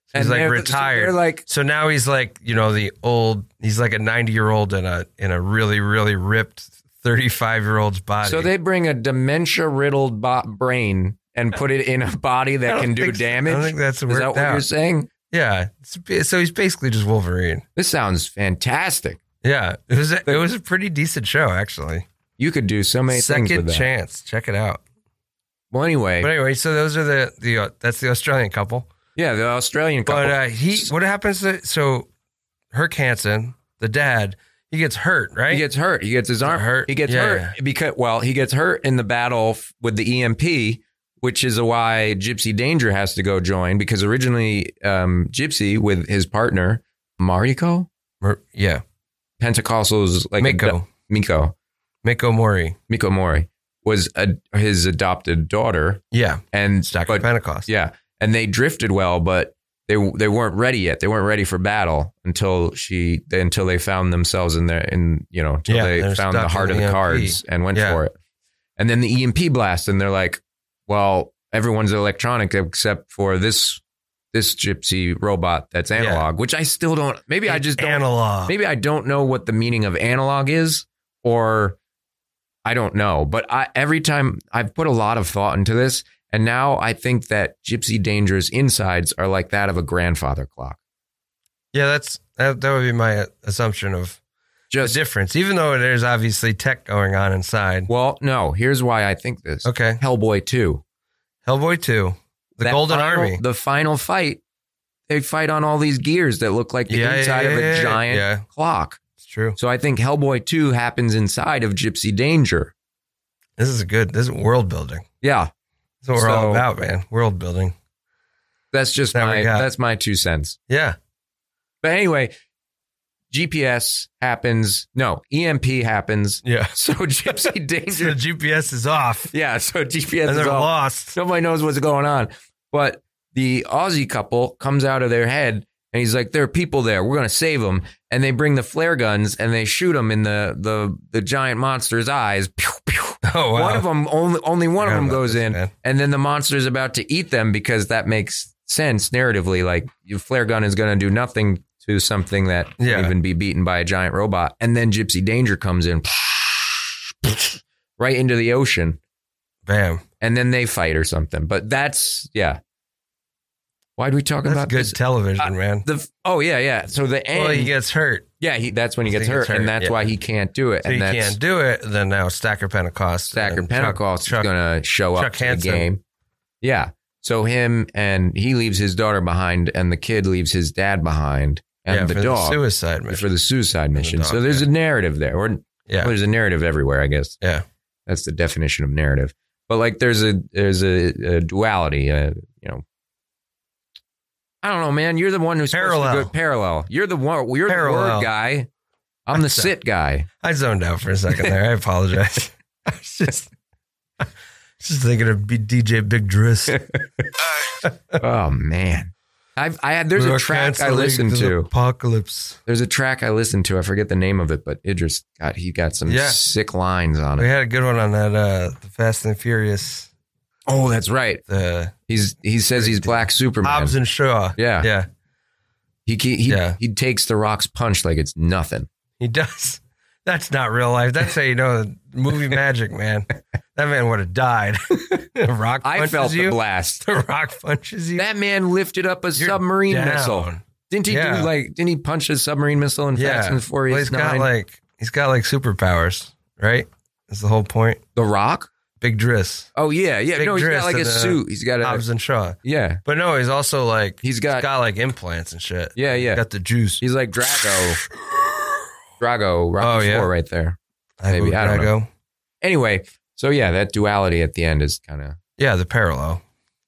[SPEAKER 3] So he's like
[SPEAKER 4] they're- so
[SPEAKER 3] retired.
[SPEAKER 4] They're like,
[SPEAKER 3] So now he's like, you know, the old. He's like a ninety-year-old in a in a really really ripped thirty-five-year-old's body.
[SPEAKER 4] so they bring a dementia-riddled bo- brain and put it in a body
[SPEAKER 3] I
[SPEAKER 4] that
[SPEAKER 3] don't
[SPEAKER 4] can do
[SPEAKER 3] think so. I don't
[SPEAKER 4] damage.
[SPEAKER 3] think that's
[SPEAKER 4] Is that
[SPEAKER 3] worked
[SPEAKER 4] what you're
[SPEAKER 3] out.
[SPEAKER 4] saying?
[SPEAKER 3] yeah. It's- So he's basically just Wolverine.
[SPEAKER 4] This sounds fantastic.
[SPEAKER 3] Yeah. It was a, it was a pretty decent show actually.
[SPEAKER 4] You could do so many things with
[SPEAKER 3] Second
[SPEAKER 4] that.
[SPEAKER 3] chance. Check it out.
[SPEAKER 4] Well, anyway,
[SPEAKER 3] But anyway, so those are the the uh, that's the Australian couple.
[SPEAKER 4] yeah, the Australian couple.
[SPEAKER 3] But uh, he what happens? To, so Herc Hansen, the dad, he gets hurt, right?
[SPEAKER 4] He gets hurt. He gets his arm
[SPEAKER 3] Hurt.
[SPEAKER 4] He gets
[SPEAKER 3] Yeah.
[SPEAKER 4] hurt because well, he gets hurt in the battle f- with the EMP, which is why Gypsy Danger has to go join because originally um, Gypsy with his partner Mariko
[SPEAKER 3] Mer- yeah.
[SPEAKER 4] Pentecostal's like
[SPEAKER 3] Miko.
[SPEAKER 4] ad- Miko
[SPEAKER 3] Miko Mori.
[SPEAKER 4] Miko Mori was a, his adopted daughter
[SPEAKER 3] Yeah.
[SPEAKER 4] and
[SPEAKER 3] Stack
[SPEAKER 4] but-
[SPEAKER 3] of Pentecost.
[SPEAKER 4] yeah, and they drifted well, but they they weren't ready yet. They weren't ready for battle until she until they found themselves in their in you know until
[SPEAKER 3] Yeah,
[SPEAKER 4] they
[SPEAKER 3] they're
[SPEAKER 4] found the
[SPEAKER 3] stuck
[SPEAKER 4] heart
[SPEAKER 3] in
[SPEAKER 4] of the
[SPEAKER 3] the
[SPEAKER 4] cards and went
[SPEAKER 3] Yeah.
[SPEAKER 4] for it. And then the EMP blast, and they're like, well, everyone's electronic except for this this gypsy robot that's
[SPEAKER 3] Yeah.
[SPEAKER 4] analog, which I still don't. Maybe I just don't.
[SPEAKER 3] analog.
[SPEAKER 4] Maybe I don't know what the meaning of analog is, or I don't know. But I, every time I've put a lot of thought into this, and now I think that Gypsy Danger's insides are like that of a grandfather clock.
[SPEAKER 3] Yeah, that's that, that would be my assumption of the
[SPEAKER 4] Just
[SPEAKER 3] difference, even though there's obviously tech going on inside.
[SPEAKER 4] well, no. Here's why I think this.
[SPEAKER 3] Okay,
[SPEAKER 4] Hellboy two,
[SPEAKER 3] Hellboy two, the
[SPEAKER 4] That
[SPEAKER 3] Golden
[SPEAKER 4] final-
[SPEAKER 3] Army.
[SPEAKER 4] the final fight. They fight on all these gears that look like the
[SPEAKER 3] Yeah, yeah,
[SPEAKER 4] inside
[SPEAKER 3] yeah,
[SPEAKER 4] of a
[SPEAKER 3] yeah,
[SPEAKER 4] giant
[SPEAKER 3] yeah.
[SPEAKER 4] clock.
[SPEAKER 3] It's true.
[SPEAKER 4] So I think Hellboy two happens inside of Gypsy Danger.
[SPEAKER 3] This is a good. This is world building.
[SPEAKER 4] Yeah,
[SPEAKER 3] That's what we're all
[SPEAKER 4] So-
[SPEAKER 3] about, man. World building.
[SPEAKER 4] that's just
[SPEAKER 3] That we
[SPEAKER 4] my
[SPEAKER 3] got.
[SPEAKER 4] that's my two cents.
[SPEAKER 3] Yeah,
[SPEAKER 4] But anyway, GPS happens. No, EMP happens.
[SPEAKER 3] yeah.
[SPEAKER 4] So Gypsy
[SPEAKER 3] So the
[SPEAKER 4] Danger.
[SPEAKER 3] GPS is off,
[SPEAKER 4] Yeah, so GPS
[SPEAKER 3] and
[SPEAKER 4] is
[SPEAKER 3] they're
[SPEAKER 4] all.
[SPEAKER 3] lost.
[SPEAKER 4] Nobody knows what's going on. But the Aussie couple comes out of their head and he's like, there are people there. We're going to save them. And they bring the flare guns and they shoot them in the, the, the giant monster's eyes. Pew, pew.
[SPEAKER 3] Oh wow.
[SPEAKER 4] One of them, only, only one of
[SPEAKER 3] Forgot
[SPEAKER 4] them
[SPEAKER 3] about
[SPEAKER 4] goes
[SPEAKER 3] this,
[SPEAKER 4] in.
[SPEAKER 3] man.
[SPEAKER 4] And then the monster's about to eat them because that makes sense narratively. Like your flare gun is going to do nothing to something that
[SPEAKER 3] Yeah.
[SPEAKER 4] can even be beaten by a giant robot. And then Gypsy Danger comes in right into the ocean,
[SPEAKER 3] Bam.
[SPEAKER 4] and then they fight or something. But that's yeah. Why'd we talk
[SPEAKER 3] That's
[SPEAKER 4] about
[SPEAKER 3] good
[SPEAKER 4] this?
[SPEAKER 3] television,
[SPEAKER 4] Uh,
[SPEAKER 3] man.
[SPEAKER 4] The oh yeah yeah. So the end.
[SPEAKER 3] Well, he gets hurt,
[SPEAKER 4] yeah, he, that's when he gets
[SPEAKER 3] He
[SPEAKER 4] hurt,
[SPEAKER 3] gets hurt,
[SPEAKER 4] and that's
[SPEAKER 3] yeah.
[SPEAKER 4] why he can't do it.
[SPEAKER 3] so
[SPEAKER 4] and
[SPEAKER 3] he
[SPEAKER 4] that's
[SPEAKER 3] can't do it. Then now Stacker Pentecost,
[SPEAKER 4] Stacker
[SPEAKER 3] and Chuck-
[SPEAKER 4] Pentecost
[SPEAKER 3] Chuck-
[SPEAKER 4] is going to show
[SPEAKER 3] Chuck
[SPEAKER 4] up to the
[SPEAKER 3] Hansen.
[SPEAKER 4] game. Yeah. So him and he leaves his daughter behind, and the kid leaves his dad behind, and
[SPEAKER 3] yeah,
[SPEAKER 4] the
[SPEAKER 3] for
[SPEAKER 4] dog
[SPEAKER 3] the suicide
[SPEAKER 4] for
[SPEAKER 3] mission.
[SPEAKER 4] the suicide mission.
[SPEAKER 3] dog,
[SPEAKER 4] so there's a narrative there, or
[SPEAKER 3] Yeah.
[SPEAKER 4] well, there's a narrative everywhere, I guess.
[SPEAKER 3] Yeah.
[SPEAKER 4] that's the definition of narrative. But like, there's a there's a, a duality. A, you know, I don't know, man. You're the one who's supposed to
[SPEAKER 3] Parallel.
[SPEAKER 4] go- parallel. You're the one. You're
[SPEAKER 3] Parallel.
[SPEAKER 4] the word guy. I'm the
[SPEAKER 3] So-
[SPEAKER 4] sit guy.
[SPEAKER 3] I zoned out for a second there. I apologize. I was just, I was just thinking of B- DJ Big Driss.
[SPEAKER 4] Oh man, I've I had there's
[SPEAKER 3] We
[SPEAKER 4] a
[SPEAKER 3] are
[SPEAKER 4] track I
[SPEAKER 3] canceling
[SPEAKER 4] listened
[SPEAKER 3] the
[SPEAKER 4] to.
[SPEAKER 3] Apocalypse.
[SPEAKER 4] There's a track I listened to. I forget the name of it, but Idris got he got some
[SPEAKER 3] Yeah.
[SPEAKER 4] sick lines on
[SPEAKER 3] We
[SPEAKER 4] it.
[SPEAKER 3] had a good one on that. Uh, the Fast and Furious.
[SPEAKER 4] Oh, that's right.
[SPEAKER 3] The
[SPEAKER 4] He's he says he's Black Superman.
[SPEAKER 3] Hobbs and Shaw.
[SPEAKER 4] Yeah.
[SPEAKER 3] yeah,
[SPEAKER 4] he he he,
[SPEAKER 3] Yeah.
[SPEAKER 4] he takes the Rock's punch like it's nothing.
[SPEAKER 3] he does. That's not real life. That's how you know movie magic, man. That man would have died. The rock
[SPEAKER 4] I
[SPEAKER 3] punches
[SPEAKER 4] felt
[SPEAKER 3] you.
[SPEAKER 4] the blast.
[SPEAKER 3] The rock punches you.
[SPEAKER 4] That man lifted up a
[SPEAKER 3] You're
[SPEAKER 4] submarine
[SPEAKER 3] down.
[SPEAKER 4] missile. Didn't he
[SPEAKER 3] Yeah.
[SPEAKER 4] do like? Didn't he punch a submarine missile in Fast
[SPEAKER 3] Yeah,
[SPEAKER 4] and
[SPEAKER 3] Well,
[SPEAKER 4] Furious
[SPEAKER 3] he's got
[SPEAKER 4] Nine?
[SPEAKER 3] like he's got like superpowers, right? That's the whole point.
[SPEAKER 4] the Rock?
[SPEAKER 3] Big Driss,
[SPEAKER 4] Oh yeah, yeah.
[SPEAKER 3] Big
[SPEAKER 4] no, he's
[SPEAKER 3] dress
[SPEAKER 4] got like a
[SPEAKER 3] and a-
[SPEAKER 4] suit. He's got a
[SPEAKER 3] Hobbs and Shaw.
[SPEAKER 4] yeah,
[SPEAKER 3] But no, he's also like
[SPEAKER 4] He's got-
[SPEAKER 3] he's got like implants and shit.
[SPEAKER 4] yeah, yeah.
[SPEAKER 3] got the juice.
[SPEAKER 4] He's like Drago. Drago, Rocky
[SPEAKER 3] Oh, yeah.
[SPEAKER 4] Four, right there.
[SPEAKER 3] I
[SPEAKER 4] maybe,
[SPEAKER 3] maybe
[SPEAKER 4] I
[SPEAKER 3] I
[SPEAKER 4] don't
[SPEAKER 3] go.
[SPEAKER 4] Anyway, so yeah, that duality at the end is kind of
[SPEAKER 3] Yeah, the parallel.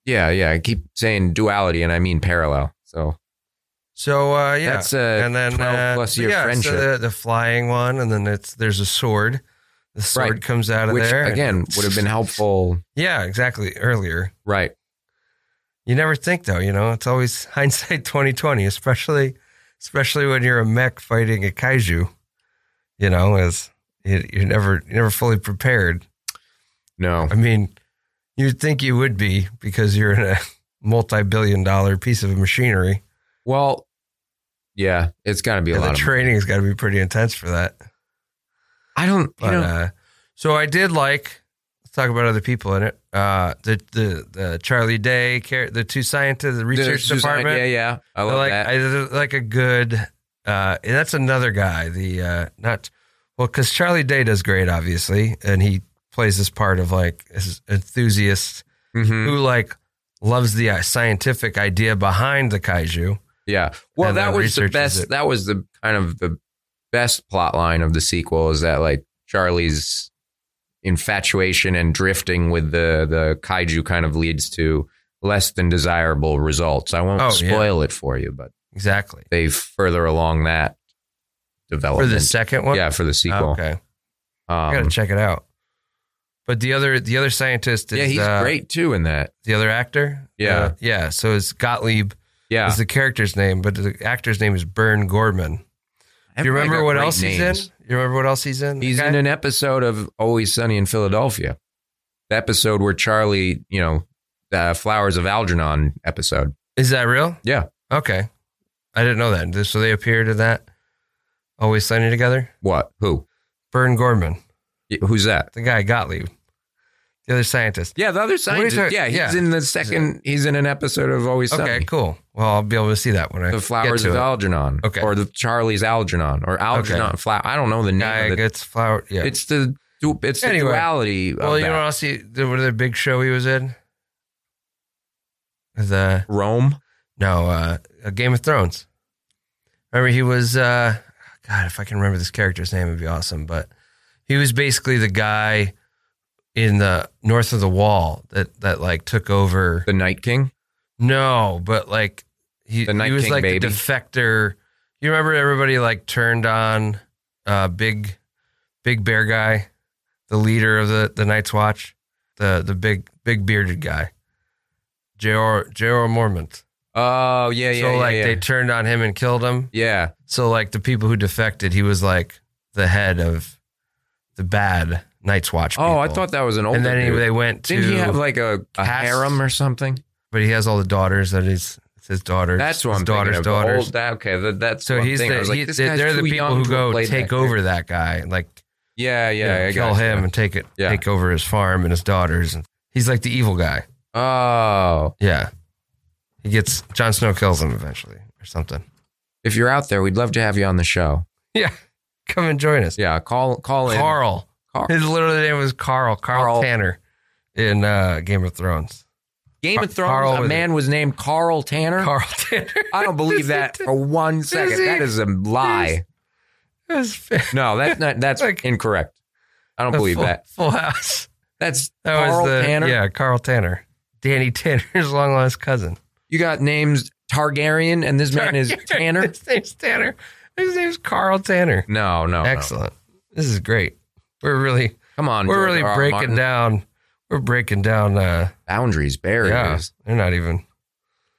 [SPEAKER 4] yeah, yeah. I keep saying duality, and I mean parallel. So
[SPEAKER 3] So uh, yeah,
[SPEAKER 4] that's a
[SPEAKER 3] and then
[SPEAKER 4] 12
[SPEAKER 3] uh,
[SPEAKER 4] plus
[SPEAKER 3] so
[SPEAKER 4] year
[SPEAKER 3] yeah,
[SPEAKER 4] friendship,
[SPEAKER 3] So the, the flying one, and then it's there's a sword. The sword
[SPEAKER 4] Right.
[SPEAKER 3] comes out of
[SPEAKER 4] which
[SPEAKER 3] there
[SPEAKER 4] again would have been helpful.
[SPEAKER 3] Yeah, exactly. Earlier,
[SPEAKER 4] Right.
[SPEAKER 3] you never think though. You know, it's always hindsight twenty twenty, especially especially when you're a mech fighting a kaiju. You know, as you- you're never you're never fully prepared.
[SPEAKER 4] No.
[SPEAKER 3] I mean, you'd think you would be because you're in a multi-billion dollar piece of machinery.
[SPEAKER 4] Well, yeah, it's got to be a
[SPEAKER 3] And
[SPEAKER 4] lot
[SPEAKER 3] the
[SPEAKER 4] of.
[SPEAKER 3] training's got to be pretty intense for that.
[SPEAKER 4] I don't. You
[SPEAKER 3] But
[SPEAKER 4] know,
[SPEAKER 3] uh, so I did like. Let's talk about other people in it. Uh, the the the Charlie Day, char- the two scientists, the
[SPEAKER 4] there's
[SPEAKER 3] research
[SPEAKER 4] just-
[SPEAKER 3] department.
[SPEAKER 4] Yeah, yeah. I
[SPEAKER 3] I
[SPEAKER 4] love
[SPEAKER 3] like
[SPEAKER 4] that.
[SPEAKER 3] I like a good. Uh, and that's another guy. The uh, not well because Charlie Day does great, obviously, and he plays this part of like this enthusiast
[SPEAKER 4] Mhm.
[SPEAKER 3] who like loves the uh, scientific idea behind the kaiju.
[SPEAKER 4] Yeah. Well,
[SPEAKER 3] And
[SPEAKER 4] that
[SPEAKER 3] then
[SPEAKER 4] was the
[SPEAKER 3] researches
[SPEAKER 4] best.
[SPEAKER 3] it.
[SPEAKER 4] That was the kind of the best plot line of the sequel is that like Charlie's infatuation and drifting with the the kaiju kind of leads to less than desirable results. I won't
[SPEAKER 3] Oh, yeah.
[SPEAKER 4] spoil it for you, but
[SPEAKER 3] Exactly
[SPEAKER 4] they further along that
[SPEAKER 3] for
[SPEAKER 4] development.
[SPEAKER 3] the second one.
[SPEAKER 4] yeah, for the sequel.
[SPEAKER 3] okay, I gotta
[SPEAKER 4] Um,
[SPEAKER 3] check it out. But the other the other scientist is
[SPEAKER 4] yeah, he's
[SPEAKER 3] uh,
[SPEAKER 4] great too in that.
[SPEAKER 3] the other actor.
[SPEAKER 4] Yeah.
[SPEAKER 3] Uh, yeah. So it's Gottlieb
[SPEAKER 4] Yeah.
[SPEAKER 3] is the character's name, but the actor's name is Bern Gorman. Do you
[SPEAKER 4] Everybody
[SPEAKER 3] remember
[SPEAKER 4] got
[SPEAKER 3] what
[SPEAKER 4] great
[SPEAKER 3] else
[SPEAKER 4] names.
[SPEAKER 3] he's in? You remember what else he's in?
[SPEAKER 4] He's
[SPEAKER 3] Okay.
[SPEAKER 4] in an episode of Always Sunny in Philadelphia. The episode where Charlie, you know, the Flowers of Algernon episode.
[SPEAKER 3] Is that real?
[SPEAKER 4] Yeah.
[SPEAKER 3] Okay. I didn't know that. So they appeared in that. Always Sunny together.
[SPEAKER 4] What? Who?
[SPEAKER 3] Bern Gorman,
[SPEAKER 4] Y- Who's that?
[SPEAKER 3] the guy Gottlieb, the other scientist.
[SPEAKER 4] Yeah, the other scientist.
[SPEAKER 3] talking-
[SPEAKER 4] yeah, he's
[SPEAKER 3] yeah.
[SPEAKER 4] in the second. He's in an episode of Always Sunny.
[SPEAKER 3] Okay, cool. Well, I'll be able to see that when I
[SPEAKER 4] The Flowers
[SPEAKER 3] get
[SPEAKER 4] of
[SPEAKER 3] to it.
[SPEAKER 4] Algernon.
[SPEAKER 3] Okay.
[SPEAKER 4] Or the Charlie's Algernon or Algernon Flower. I don't know the name.
[SPEAKER 3] Guy
[SPEAKER 4] of the,
[SPEAKER 3] gets flower. Yeah.
[SPEAKER 4] It's the. du- It's the
[SPEAKER 3] Anyway.
[SPEAKER 4] duality.
[SPEAKER 3] well,
[SPEAKER 4] of
[SPEAKER 3] you know what
[SPEAKER 4] that.
[SPEAKER 3] else? He, the, what other big show he was in? The
[SPEAKER 4] Rome.
[SPEAKER 3] No, uh, uh, Game of Thrones. Remember, he was uh, God. If I can remember this character's name, it'd be awesome. But he was basically the guy in the north of the wall that that like took over.
[SPEAKER 4] The Night King.
[SPEAKER 3] No, but like he,
[SPEAKER 4] The Night
[SPEAKER 3] he was
[SPEAKER 4] King
[SPEAKER 3] like
[SPEAKER 4] baby.
[SPEAKER 3] the defector. You remember everybody like turned on uh, big, big bear guy, the leader of the the Night's Watch, the the big big bearded guy, J.R. J.R. Mormont
[SPEAKER 4] Oh yeah, yeah,
[SPEAKER 3] so
[SPEAKER 4] yeah.
[SPEAKER 3] like
[SPEAKER 4] yeah.
[SPEAKER 3] they turned on him and killed him.
[SPEAKER 4] yeah.
[SPEAKER 3] So like the people who defected, he was like the head of the bad Night's Watch.
[SPEAKER 4] Oh, I
[SPEAKER 3] people.
[SPEAKER 4] thought that was an old.
[SPEAKER 3] and then he- they went to,
[SPEAKER 4] Didn't he have like a, a
[SPEAKER 3] cast-
[SPEAKER 4] harem or something?
[SPEAKER 3] but he has all the daughters that he's it's his daughters.
[SPEAKER 4] That's what
[SPEAKER 3] his
[SPEAKER 4] I'm
[SPEAKER 3] daughters,
[SPEAKER 4] thinking of.
[SPEAKER 3] daughters.
[SPEAKER 4] Old, that- okay, that, that's
[SPEAKER 3] so
[SPEAKER 4] what I'm
[SPEAKER 3] he's
[SPEAKER 4] thinking. I
[SPEAKER 3] the,
[SPEAKER 4] was like,
[SPEAKER 3] he,
[SPEAKER 4] this
[SPEAKER 3] they,
[SPEAKER 4] guy's
[SPEAKER 3] they're
[SPEAKER 4] too
[SPEAKER 3] the people
[SPEAKER 4] young
[SPEAKER 3] who
[SPEAKER 4] to have
[SPEAKER 3] go
[SPEAKER 4] played
[SPEAKER 3] take
[SPEAKER 4] that
[SPEAKER 3] over
[SPEAKER 4] character.
[SPEAKER 3] that guy, like
[SPEAKER 4] Yeah,
[SPEAKER 3] you
[SPEAKER 4] yeah,
[SPEAKER 3] know,
[SPEAKER 4] I
[SPEAKER 3] kill
[SPEAKER 4] gotcha.
[SPEAKER 3] him and take it,
[SPEAKER 4] Yeah.
[SPEAKER 3] take over his farm and his daughters. And he's like the evil guy.
[SPEAKER 4] Oh,
[SPEAKER 3] Yeah, he gets Jon Snow kills him eventually or something.
[SPEAKER 4] if you're out there, we'd love to have you on the show.
[SPEAKER 3] Yeah, come and join us.
[SPEAKER 4] Yeah, call call in.
[SPEAKER 3] Carl.
[SPEAKER 4] Carl.
[SPEAKER 3] His literal name was Carl. Carl,
[SPEAKER 4] Carl.
[SPEAKER 3] Tanner in uh, Game of Thrones.
[SPEAKER 4] Game of
[SPEAKER 3] Car-
[SPEAKER 4] Thrones.
[SPEAKER 3] Carl
[SPEAKER 4] a
[SPEAKER 3] with
[SPEAKER 4] man was named Carl Tanner.
[SPEAKER 3] Carl Tanner.
[SPEAKER 4] I don't believe that for one second.
[SPEAKER 3] he-
[SPEAKER 4] that is a lie.
[SPEAKER 3] It was fa-
[SPEAKER 4] No, that's not. That's
[SPEAKER 3] Like-
[SPEAKER 4] incorrect. I don't
[SPEAKER 3] the
[SPEAKER 4] believe
[SPEAKER 3] full,
[SPEAKER 4] that.
[SPEAKER 3] Full House.
[SPEAKER 4] That's
[SPEAKER 3] That
[SPEAKER 4] Carl
[SPEAKER 3] was the
[SPEAKER 4] Tanner.
[SPEAKER 3] yeah Carl Tanner. Danny Tanner's long lost cousin.
[SPEAKER 4] You got names Targaryen, and this man is Tanner.
[SPEAKER 3] His name's Tanner. His name's Carl Tanner.
[SPEAKER 4] No, Oh, no, no.
[SPEAKER 3] Excellent. This is great. We're really
[SPEAKER 4] Come on,
[SPEAKER 3] we're
[SPEAKER 4] George
[SPEAKER 3] really
[SPEAKER 4] R. R.
[SPEAKER 3] breaking
[SPEAKER 4] Martin.
[SPEAKER 3] down. We're breaking down. Uh,
[SPEAKER 4] boundaries,
[SPEAKER 3] yeah,
[SPEAKER 4] barriers.
[SPEAKER 3] they're not even.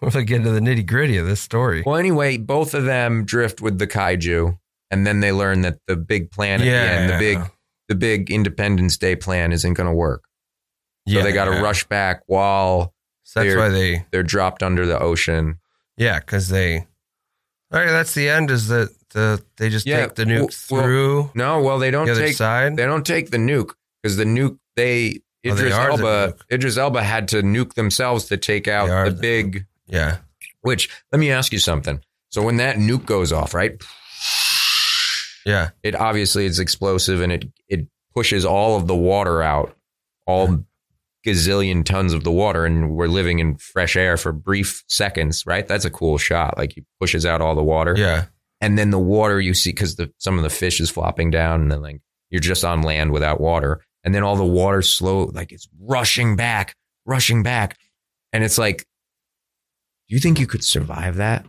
[SPEAKER 3] We're really getting to the nitty gritty of this story.
[SPEAKER 4] Well, anyway, both of them drift with the kaiju, and then they learn that the big plan at the end, the big, the big Independence Day plan, isn't going to work. So they got to rush back while
[SPEAKER 3] So that's
[SPEAKER 4] there.
[SPEAKER 3] why they.
[SPEAKER 4] they're dropped under the ocean.
[SPEAKER 3] Yeah, because they. All right, that's the end. Is that the they just
[SPEAKER 4] Yeah,
[SPEAKER 3] take the
[SPEAKER 4] well-
[SPEAKER 3] nukes through
[SPEAKER 4] No, well, they don't
[SPEAKER 3] the other
[SPEAKER 4] take
[SPEAKER 3] side?
[SPEAKER 4] they don't take the nuke because the nuke they
[SPEAKER 3] Oh, they
[SPEAKER 4] Idris
[SPEAKER 3] are the
[SPEAKER 4] Elba
[SPEAKER 3] nuke.
[SPEAKER 4] Idris Elba had to nuke themselves to take
[SPEAKER 3] They are
[SPEAKER 4] out the
[SPEAKER 3] the
[SPEAKER 4] big.
[SPEAKER 3] yeah,
[SPEAKER 4] Which let me ask you something. So when that nuke goes off, right?
[SPEAKER 3] yeah.
[SPEAKER 4] It obviously is explosive and it it pushes all of the water out, all gazillion tons of the water, and we're living in fresh air for brief seconds, right? That's a cool shot. Like he pushes out all the water.
[SPEAKER 3] Yeah.
[SPEAKER 4] and then the water you see because the some of the fish is flopping down and then like you're just on land without water and then all the water slow like it's rushing back rushing back and it's like do you think you could survive that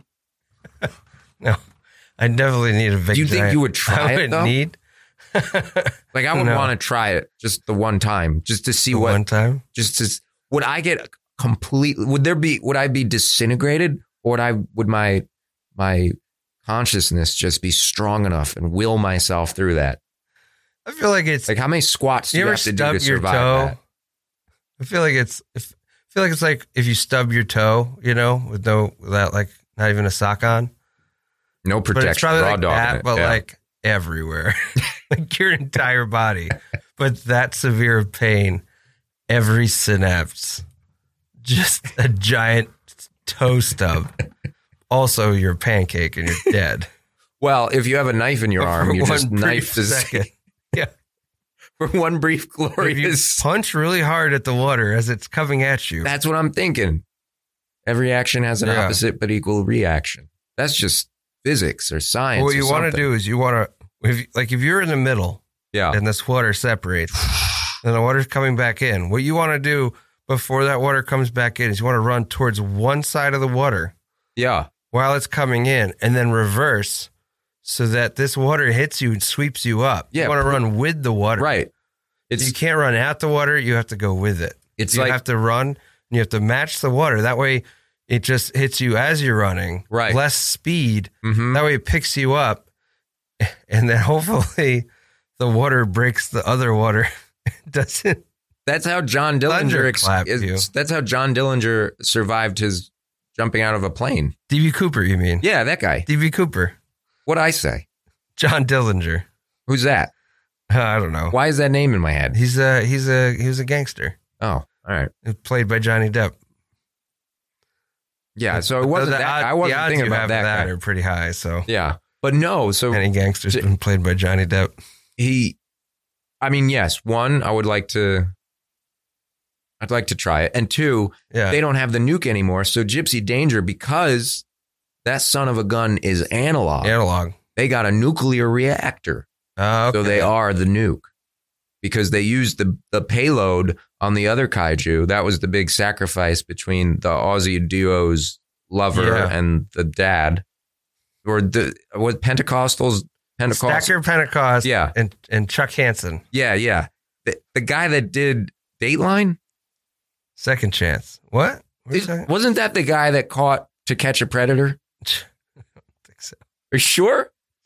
[SPEAKER 3] I definitely need a big.
[SPEAKER 4] do you think
[SPEAKER 3] giant-
[SPEAKER 4] you would
[SPEAKER 3] I
[SPEAKER 4] try it
[SPEAKER 3] would
[SPEAKER 4] though
[SPEAKER 3] need
[SPEAKER 4] like i would
[SPEAKER 3] No.
[SPEAKER 4] want to try it just the one time just to see what
[SPEAKER 3] one time.
[SPEAKER 4] just to would i get completely would there be would i be disintegrated or would i would my my consciousness just be strong enough and will myself through that
[SPEAKER 3] I feel like it's
[SPEAKER 4] Like how many squats do
[SPEAKER 3] you
[SPEAKER 4] you
[SPEAKER 3] ever
[SPEAKER 4] have to do
[SPEAKER 3] stub
[SPEAKER 4] to
[SPEAKER 3] your
[SPEAKER 4] survive
[SPEAKER 3] toe?
[SPEAKER 4] that?
[SPEAKER 3] I feel like it's if I feel like it's like if you stub your toe, you know, with no without like not even a sock on.
[SPEAKER 4] No
[SPEAKER 3] But it's
[SPEAKER 4] protection,
[SPEAKER 3] probably
[SPEAKER 4] raw
[SPEAKER 3] like
[SPEAKER 4] dog. in
[SPEAKER 3] that,
[SPEAKER 4] it.
[SPEAKER 3] but
[SPEAKER 4] Yeah.
[SPEAKER 3] like everywhere, like your entire body. But that severe of pain, every synapse, just a giant toe stub. Also, your pancake and you're dead.
[SPEAKER 4] well, if you have a knife in your arm,
[SPEAKER 3] For
[SPEAKER 4] you just
[SPEAKER 3] one brief
[SPEAKER 4] knife this
[SPEAKER 3] second.
[SPEAKER 4] for one brief
[SPEAKER 3] If you
[SPEAKER 4] glorious.
[SPEAKER 3] punch really hard at the water as it's coming at you.
[SPEAKER 4] That's what I'm thinking. Every action has an
[SPEAKER 3] Yeah.
[SPEAKER 4] opposite but equal reaction. That's just physics or science.
[SPEAKER 3] what
[SPEAKER 4] or
[SPEAKER 3] you want to
[SPEAKER 4] something.
[SPEAKER 3] do is you want to, if, like, if you're in the middle
[SPEAKER 4] yeah,
[SPEAKER 3] and this water separates, and the water's coming back in. What you want to do before that water comes back in is you want to run towards one side of the water
[SPEAKER 4] yeah,
[SPEAKER 3] while it's coming in, and then reverse so that this water hits you and sweeps you up.
[SPEAKER 4] Yeah.
[SPEAKER 3] you want to run with the water,
[SPEAKER 4] right.
[SPEAKER 3] you
[SPEAKER 4] It's
[SPEAKER 3] can't run out the water. You have to go with it.
[SPEAKER 4] it's
[SPEAKER 3] you
[SPEAKER 4] like
[SPEAKER 3] have to run and you have to match the water. That way, it just hits you as you're running,
[SPEAKER 4] Right.
[SPEAKER 3] Less speed.
[SPEAKER 4] mhm.
[SPEAKER 3] Mm-hmm. That way it picks you up, and then hopefully the water breaks the other water. It Doesn't
[SPEAKER 4] that's how John Dillinger. Ex-
[SPEAKER 3] Thunderclap
[SPEAKER 4] is-
[SPEAKER 3] you. Uh,
[SPEAKER 4] Oh, Uh,
[SPEAKER 3] Uh,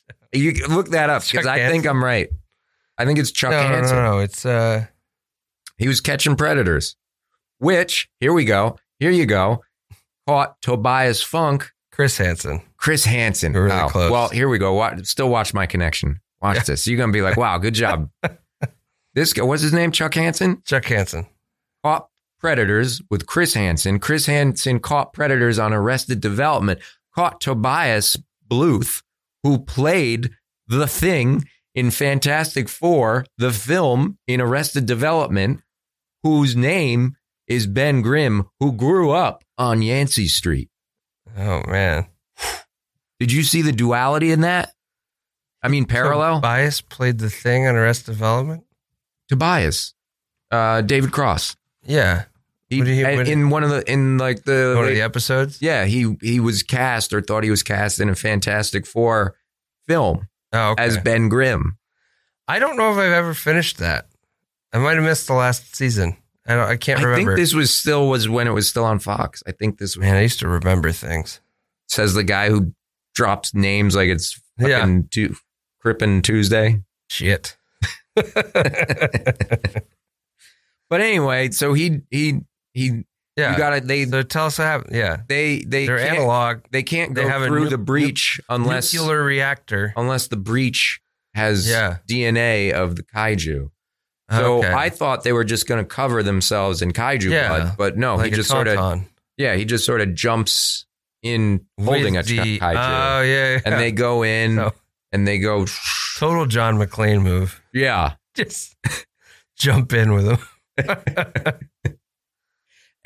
[SPEAKER 3] uh, Oh,
[SPEAKER 4] Uh, He,
[SPEAKER 3] What did he- what-
[SPEAKER 4] in one of the in like the,
[SPEAKER 3] One of the episodes.
[SPEAKER 4] yeah he he was cast or thought he was cast in a Fantastic Four film
[SPEAKER 3] Oh, okay.
[SPEAKER 4] as Ben Grimm.
[SPEAKER 3] I don't know if I've ever finished that. I might have missed the last season. I don't. I can't
[SPEAKER 4] I
[SPEAKER 3] remember.
[SPEAKER 4] think this was still was when it was still on Fox. I think this
[SPEAKER 3] Man, I used to remember things.
[SPEAKER 4] says the guy who drops names like it's
[SPEAKER 3] Yeah.
[SPEAKER 4] fucking Tu- Crippin Tuesday.
[SPEAKER 3] Shit.
[SPEAKER 4] But anyway, so he he he
[SPEAKER 3] Yeah.
[SPEAKER 4] you got to they
[SPEAKER 3] so tell us what happened. Yeah.
[SPEAKER 4] they they
[SPEAKER 3] They're
[SPEAKER 4] can't,
[SPEAKER 3] analog.
[SPEAKER 4] they can't
[SPEAKER 3] they
[SPEAKER 4] go
[SPEAKER 3] have a
[SPEAKER 4] through
[SPEAKER 3] nu-
[SPEAKER 4] the breach unless
[SPEAKER 3] nuclear reactor.
[SPEAKER 4] unless the breach has
[SPEAKER 3] Yeah.
[SPEAKER 4] DNA of the kaiju. So
[SPEAKER 3] Okay.
[SPEAKER 4] I thought they were just going to cover themselves in kaiju
[SPEAKER 3] Yeah.
[SPEAKER 4] blood, but no,
[SPEAKER 3] Like
[SPEAKER 4] he
[SPEAKER 3] a
[SPEAKER 4] just sort of
[SPEAKER 3] tauntaun.
[SPEAKER 4] yeah, he just sort of jumps in holding
[SPEAKER 3] With
[SPEAKER 4] a
[SPEAKER 3] the-
[SPEAKER 4] kaiju.
[SPEAKER 3] Oh yeah, yeah.
[SPEAKER 4] and they go in
[SPEAKER 3] No.
[SPEAKER 4] and they go
[SPEAKER 3] total John McClane move.
[SPEAKER 4] yeah.
[SPEAKER 3] Just jump in with him.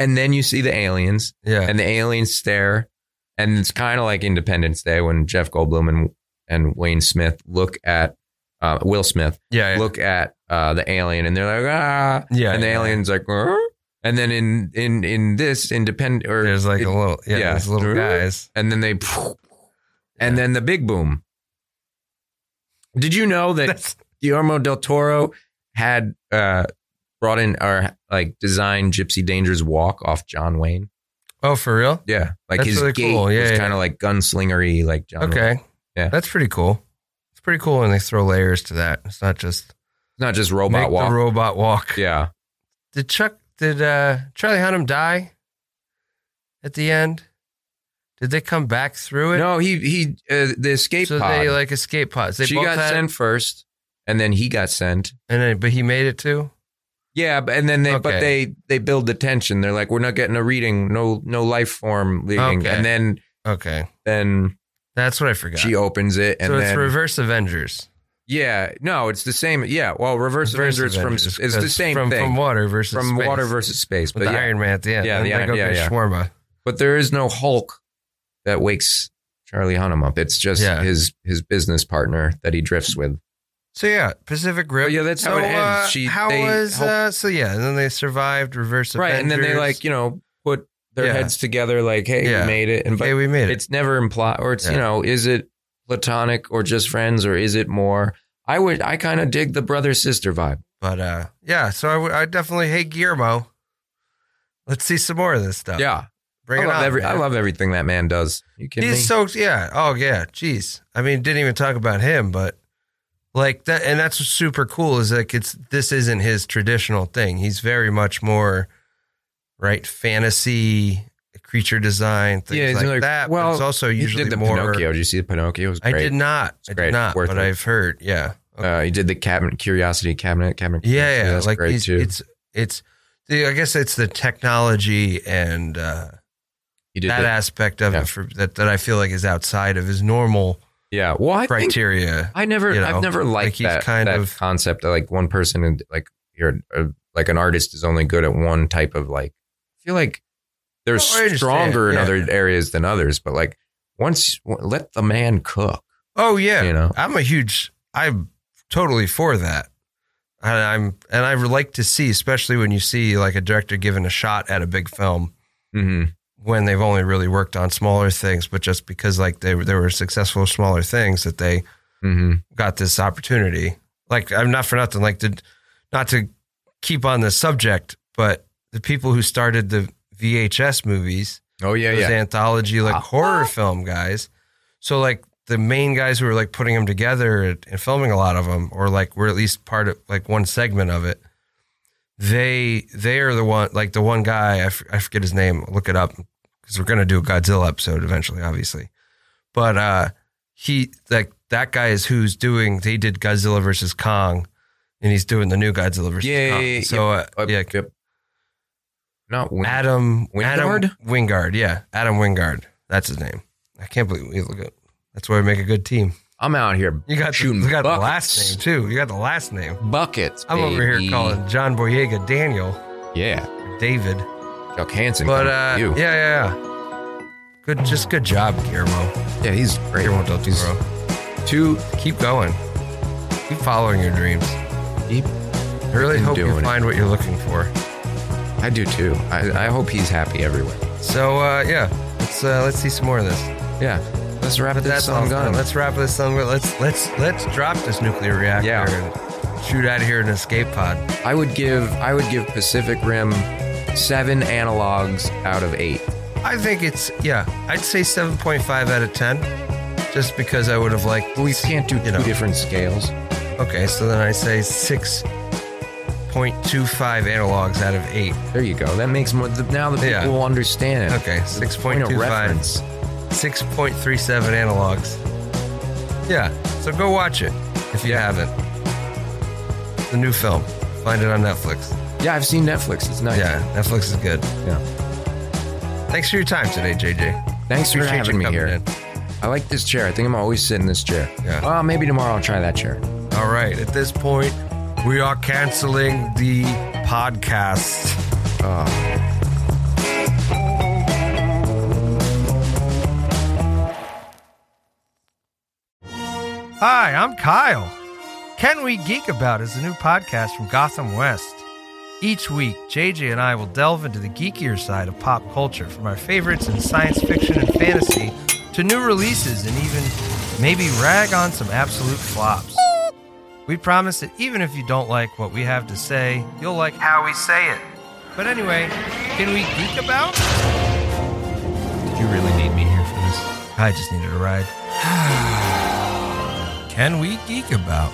[SPEAKER 4] And then you see the aliens,
[SPEAKER 3] Yeah.
[SPEAKER 4] and the aliens stare, and it's kind of like Independence Day when Jeff Goldblum and and Wayne Smith look at uh, Will Smith
[SPEAKER 3] Yeah. yeah.
[SPEAKER 4] look at uh, the alien, and they're like ah,
[SPEAKER 3] Yeah,
[SPEAKER 4] and the
[SPEAKER 3] yeah.
[SPEAKER 4] alien's like, "Huh?" and then in in in this Independent or
[SPEAKER 3] There's like a little yeah,
[SPEAKER 4] yeah.
[SPEAKER 3] there's little guys.
[SPEAKER 4] and then they, and then the big boom. Did you know that
[SPEAKER 3] That's
[SPEAKER 4] Guillermo del Toro had uh, brought in or like designed Gypsy Danger's walk off John Wayne?
[SPEAKER 3] Oh, for real?
[SPEAKER 4] Yeah, like
[SPEAKER 3] That's
[SPEAKER 4] his
[SPEAKER 3] really
[SPEAKER 4] gait
[SPEAKER 3] cool. Yeah,
[SPEAKER 4] was
[SPEAKER 3] yeah.
[SPEAKER 4] kind of like gunslingery, like John. Wayne.
[SPEAKER 3] Okay.
[SPEAKER 4] Yeah.
[SPEAKER 3] That's pretty cool. It's pretty cool when they throw layers to that. It's not just
[SPEAKER 4] not just robot
[SPEAKER 3] make
[SPEAKER 4] walk.
[SPEAKER 3] the robot walk.
[SPEAKER 4] yeah,
[SPEAKER 3] Did Chuck did uh Charlie Hunnam die at the end? Did they come back through it?
[SPEAKER 4] no, he he uh, the escape
[SPEAKER 3] so
[SPEAKER 4] pod.
[SPEAKER 3] they like escape pods. They
[SPEAKER 4] she
[SPEAKER 3] both
[SPEAKER 4] got
[SPEAKER 3] had,
[SPEAKER 4] sent first, and then he got sent.
[SPEAKER 3] and then, but he made it too.
[SPEAKER 4] Yeah, but, and then they but
[SPEAKER 3] Okay.
[SPEAKER 4] they they build the tension. They're like, we're not getting a reading, no no life form reading,
[SPEAKER 3] Okay.
[SPEAKER 4] and then
[SPEAKER 3] Okay,
[SPEAKER 4] then
[SPEAKER 3] that's what I forgot.
[SPEAKER 4] she opens it, and
[SPEAKER 3] so
[SPEAKER 4] then
[SPEAKER 3] it's Reverse Avengers.
[SPEAKER 4] Yeah, no, it's the same. Yeah, well, reverse,
[SPEAKER 3] Reverse
[SPEAKER 4] Avengers, from is the
[SPEAKER 3] 'cause
[SPEAKER 4] same
[SPEAKER 3] from,
[SPEAKER 4] thing
[SPEAKER 3] From water versus
[SPEAKER 4] From
[SPEAKER 3] space.
[SPEAKER 4] water versus space.
[SPEAKER 3] with
[SPEAKER 4] But
[SPEAKER 3] the
[SPEAKER 4] yeah,
[SPEAKER 3] Iron Man at the end.
[SPEAKER 4] Yeah,
[SPEAKER 3] And
[SPEAKER 4] the
[SPEAKER 3] they
[SPEAKER 4] Iron-
[SPEAKER 3] go
[SPEAKER 4] yeah,
[SPEAKER 3] get
[SPEAKER 4] yeah.
[SPEAKER 3] shawarma.
[SPEAKER 4] but there is no Hulk that wakes Charlie Hunnam up. It's just
[SPEAKER 3] Yeah.
[SPEAKER 4] his his business partner that he drifts with.
[SPEAKER 3] So yeah, Pacific
[SPEAKER 4] Oh
[SPEAKER 3] Rim.
[SPEAKER 4] yeah, that's
[SPEAKER 3] So,
[SPEAKER 4] how it
[SPEAKER 3] uh,
[SPEAKER 4] ends. She
[SPEAKER 3] how
[SPEAKER 4] they
[SPEAKER 3] was
[SPEAKER 4] help-
[SPEAKER 3] uh, so? Yeah, and then they survived Reverse
[SPEAKER 4] right, and
[SPEAKER 3] Avengers.
[SPEAKER 4] then they like you know put their
[SPEAKER 3] Yeah.
[SPEAKER 4] heads together like, hey,
[SPEAKER 3] Yeah.
[SPEAKER 4] we made it, and but
[SPEAKER 3] hey, we made it.
[SPEAKER 4] it's never implied, or it's you
[SPEAKER 3] Yeah.
[SPEAKER 4] know, is it platonic or just friends, or is it more? I would, I kind of dig the brother sister vibe.
[SPEAKER 3] But uh, yeah, so I, w- I definitely hate Guillermo. Let's see some more of this stuff.
[SPEAKER 4] Yeah,
[SPEAKER 3] bring
[SPEAKER 4] I
[SPEAKER 3] it
[SPEAKER 4] love
[SPEAKER 3] on.
[SPEAKER 4] every, I
[SPEAKER 3] man.
[SPEAKER 4] love everything that man does. You kidding me?
[SPEAKER 3] He's so yeah. Oh yeah. Jeez. I mean, didn't even talk about him, but like that, and that's what's super cool is like it's this isn't his traditional thing. He's very much more right fantasy creature design things
[SPEAKER 4] he's
[SPEAKER 3] like
[SPEAKER 4] another-
[SPEAKER 3] that. but it's also
[SPEAKER 4] he
[SPEAKER 3] usually
[SPEAKER 4] did the
[SPEAKER 3] more.
[SPEAKER 4] Pinocchio. Did you see the Pinocchio? It was
[SPEAKER 3] I
[SPEAKER 4] great.
[SPEAKER 3] did not.
[SPEAKER 4] It's
[SPEAKER 3] I did
[SPEAKER 4] great.
[SPEAKER 3] not.
[SPEAKER 4] Worth
[SPEAKER 3] But
[SPEAKER 4] it.
[SPEAKER 3] I've heard. Yeah.
[SPEAKER 4] Uh, he did the cabinet curiosity cabinet cabinet.
[SPEAKER 3] Yeah,
[SPEAKER 4] Curiosity.
[SPEAKER 3] yeah.
[SPEAKER 4] that's
[SPEAKER 3] like
[SPEAKER 4] great
[SPEAKER 3] it's,
[SPEAKER 4] too.
[SPEAKER 3] it's it's the I guess it's the technology and uh,
[SPEAKER 4] he did
[SPEAKER 3] that
[SPEAKER 4] the,
[SPEAKER 3] aspect of
[SPEAKER 4] yeah.
[SPEAKER 3] it for, that that I feel like is outside of his normal
[SPEAKER 4] yeah. Well, I think
[SPEAKER 3] criteria.
[SPEAKER 4] I never,
[SPEAKER 3] you know,
[SPEAKER 4] I've never
[SPEAKER 3] like
[SPEAKER 4] liked
[SPEAKER 3] he's
[SPEAKER 4] that
[SPEAKER 3] kind
[SPEAKER 4] kind
[SPEAKER 3] of-
[SPEAKER 4] of concept. That, like one person, and like you're uh, like an artist is only good at one type of like. I feel like they're
[SPEAKER 3] Oh, I understand.
[SPEAKER 4] stronger in
[SPEAKER 3] Yeah.
[SPEAKER 4] other areas than others, but like once let the man cook.
[SPEAKER 3] Oh yeah,
[SPEAKER 4] You know.
[SPEAKER 3] I'm a huge. I'm totally for that. And I'm and I would like to see, especially when you see like a director given a shot at a big film
[SPEAKER 4] Mm-hmm.
[SPEAKER 3] when they've only really worked on smaller things, but just because like they were- they were successful with smaller things that they
[SPEAKER 4] Mm-hmm.
[SPEAKER 3] got this opportunity. Like I'm not for nothing. Like the not to keep on the subject, but the people who started the VHS movies,
[SPEAKER 4] Oh yeah,
[SPEAKER 3] those
[SPEAKER 4] yeah.
[SPEAKER 3] anthology like
[SPEAKER 4] Ah.
[SPEAKER 3] horror film guys. So like the main guys who were like putting them together and- and filming a lot of them, or like were at least part of like one segment of it. They they are the one like the one guy I f- I forget his name. Look it up because we're gonna do a Godzilla episode eventually, obviously. But uh he like that guy is who's doing they did Godzilla versus Kong, and he's doing the new Godzilla versus
[SPEAKER 4] Yeah, yeah,
[SPEAKER 3] Kong.
[SPEAKER 4] yeah, yeah.
[SPEAKER 3] so uh,
[SPEAKER 4] Uh,
[SPEAKER 3] yeah,
[SPEAKER 4] yep. Not win-
[SPEAKER 3] Adam
[SPEAKER 4] Wingard?
[SPEAKER 3] Adam Wingard, yeah, Adam Wingard. That's his name. I can't believe we look at. That's why we make a good team.
[SPEAKER 4] I'm out here.
[SPEAKER 3] You got the,
[SPEAKER 4] shooting.
[SPEAKER 3] you got the
[SPEAKER 4] buckets.
[SPEAKER 3] last name too. You got the last name.
[SPEAKER 4] Buckets.
[SPEAKER 3] I'm over here
[SPEAKER 4] baby.
[SPEAKER 3] calling John Boyega Daniel
[SPEAKER 4] Yeah.
[SPEAKER 3] or David.
[SPEAKER 4] Chuck Hansen.
[SPEAKER 3] But
[SPEAKER 4] coming
[SPEAKER 3] uh, yeah,
[SPEAKER 4] to you.
[SPEAKER 3] yeah, yeah. Good, just good job, Guillermo.
[SPEAKER 4] yeah, he's great.
[SPEAKER 3] Guillermo del
[SPEAKER 4] He's
[SPEAKER 3] Toro.
[SPEAKER 4] too
[SPEAKER 3] Keep going. Keep following your dreams.
[SPEAKER 4] deep.
[SPEAKER 3] I really
[SPEAKER 4] Been
[SPEAKER 3] hope you
[SPEAKER 4] doing it.
[SPEAKER 3] find what you're looking for.
[SPEAKER 4] I do too. I, I hope he's happy everywhere.
[SPEAKER 3] So uh, yeah, let's uh, let's see some more of this.
[SPEAKER 4] Yeah. Let's wrap
[SPEAKER 3] But
[SPEAKER 4] this
[SPEAKER 3] that's all
[SPEAKER 4] song
[SPEAKER 3] done.
[SPEAKER 4] on.
[SPEAKER 3] Let's wrap this song. Let's let's let's drop this nuclear reactor
[SPEAKER 4] Yeah.
[SPEAKER 3] and shoot out of here in an escape pod.
[SPEAKER 4] I would give I would give Pacific Rim seven analogs out of eight.
[SPEAKER 3] I think it's yeah. I'd say seven point five out of ten, just because I would have liked.
[SPEAKER 4] We can't do two
[SPEAKER 3] know.
[SPEAKER 4] different scales.
[SPEAKER 3] Okay, so then I say six point two five analogs out of eight.
[SPEAKER 4] There you go. That makes more. The, now the people
[SPEAKER 3] Yeah.
[SPEAKER 4] will understand it.
[SPEAKER 3] Okay,
[SPEAKER 4] It's the
[SPEAKER 3] six
[SPEAKER 4] point
[SPEAKER 3] point
[SPEAKER 4] of
[SPEAKER 3] two five.
[SPEAKER 4] reference.
[SPEAKER 3] Six point three seven analogs. Yeah, so go watch it if you haven't. The new film. Find it on Netflix.
[SPEAKER 4] Yeah, I've seen Netflix. It's nice.
[SPEAKER 3] Yeah, Netflix is good.
[SPEAKER 4] Yeah.
[SPEAKER 3] Thanks for your time today, JJ.
[SPEAKER 4] Thanks for
[SPEAKER 3] Appreciate you
[SPEAKER 4] having me
[SPEAKER 3] coming
[SPEAKER 4] here.
[SPEAKER 3] in.
[SPEAKER 4] I like this chair. I think I'm always sitting in this chair.
[SPEAKER 3] Yeah.
[SPEAKER 4] Well, maybe tomorrow I'll try that chair.
[SPEAKER 3] All right, at this point, we are canceling the podcast. Oh. Hi, I'm Kyle. Can We Geek About is a new podcast from Gotham West. Each week, JJ and I will delve into the geekier side of pop culture, from our favorites in science fiction and fantasy to new releases and even maybe rag on some absolute flops. We promise that even if you don't like what we have to say, you'll like how we say it. But anyway, can we geek about?
[SPEAKER 4] Did you really need me here for this?
[SPEAKER 3] I just needed a ride.
[SPEAKER 1] Can We Geek About?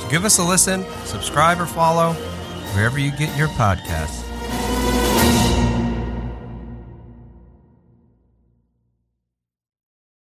[SPEAKER 1] So give us a listen, subscribe or follow wherever you get your podcasts.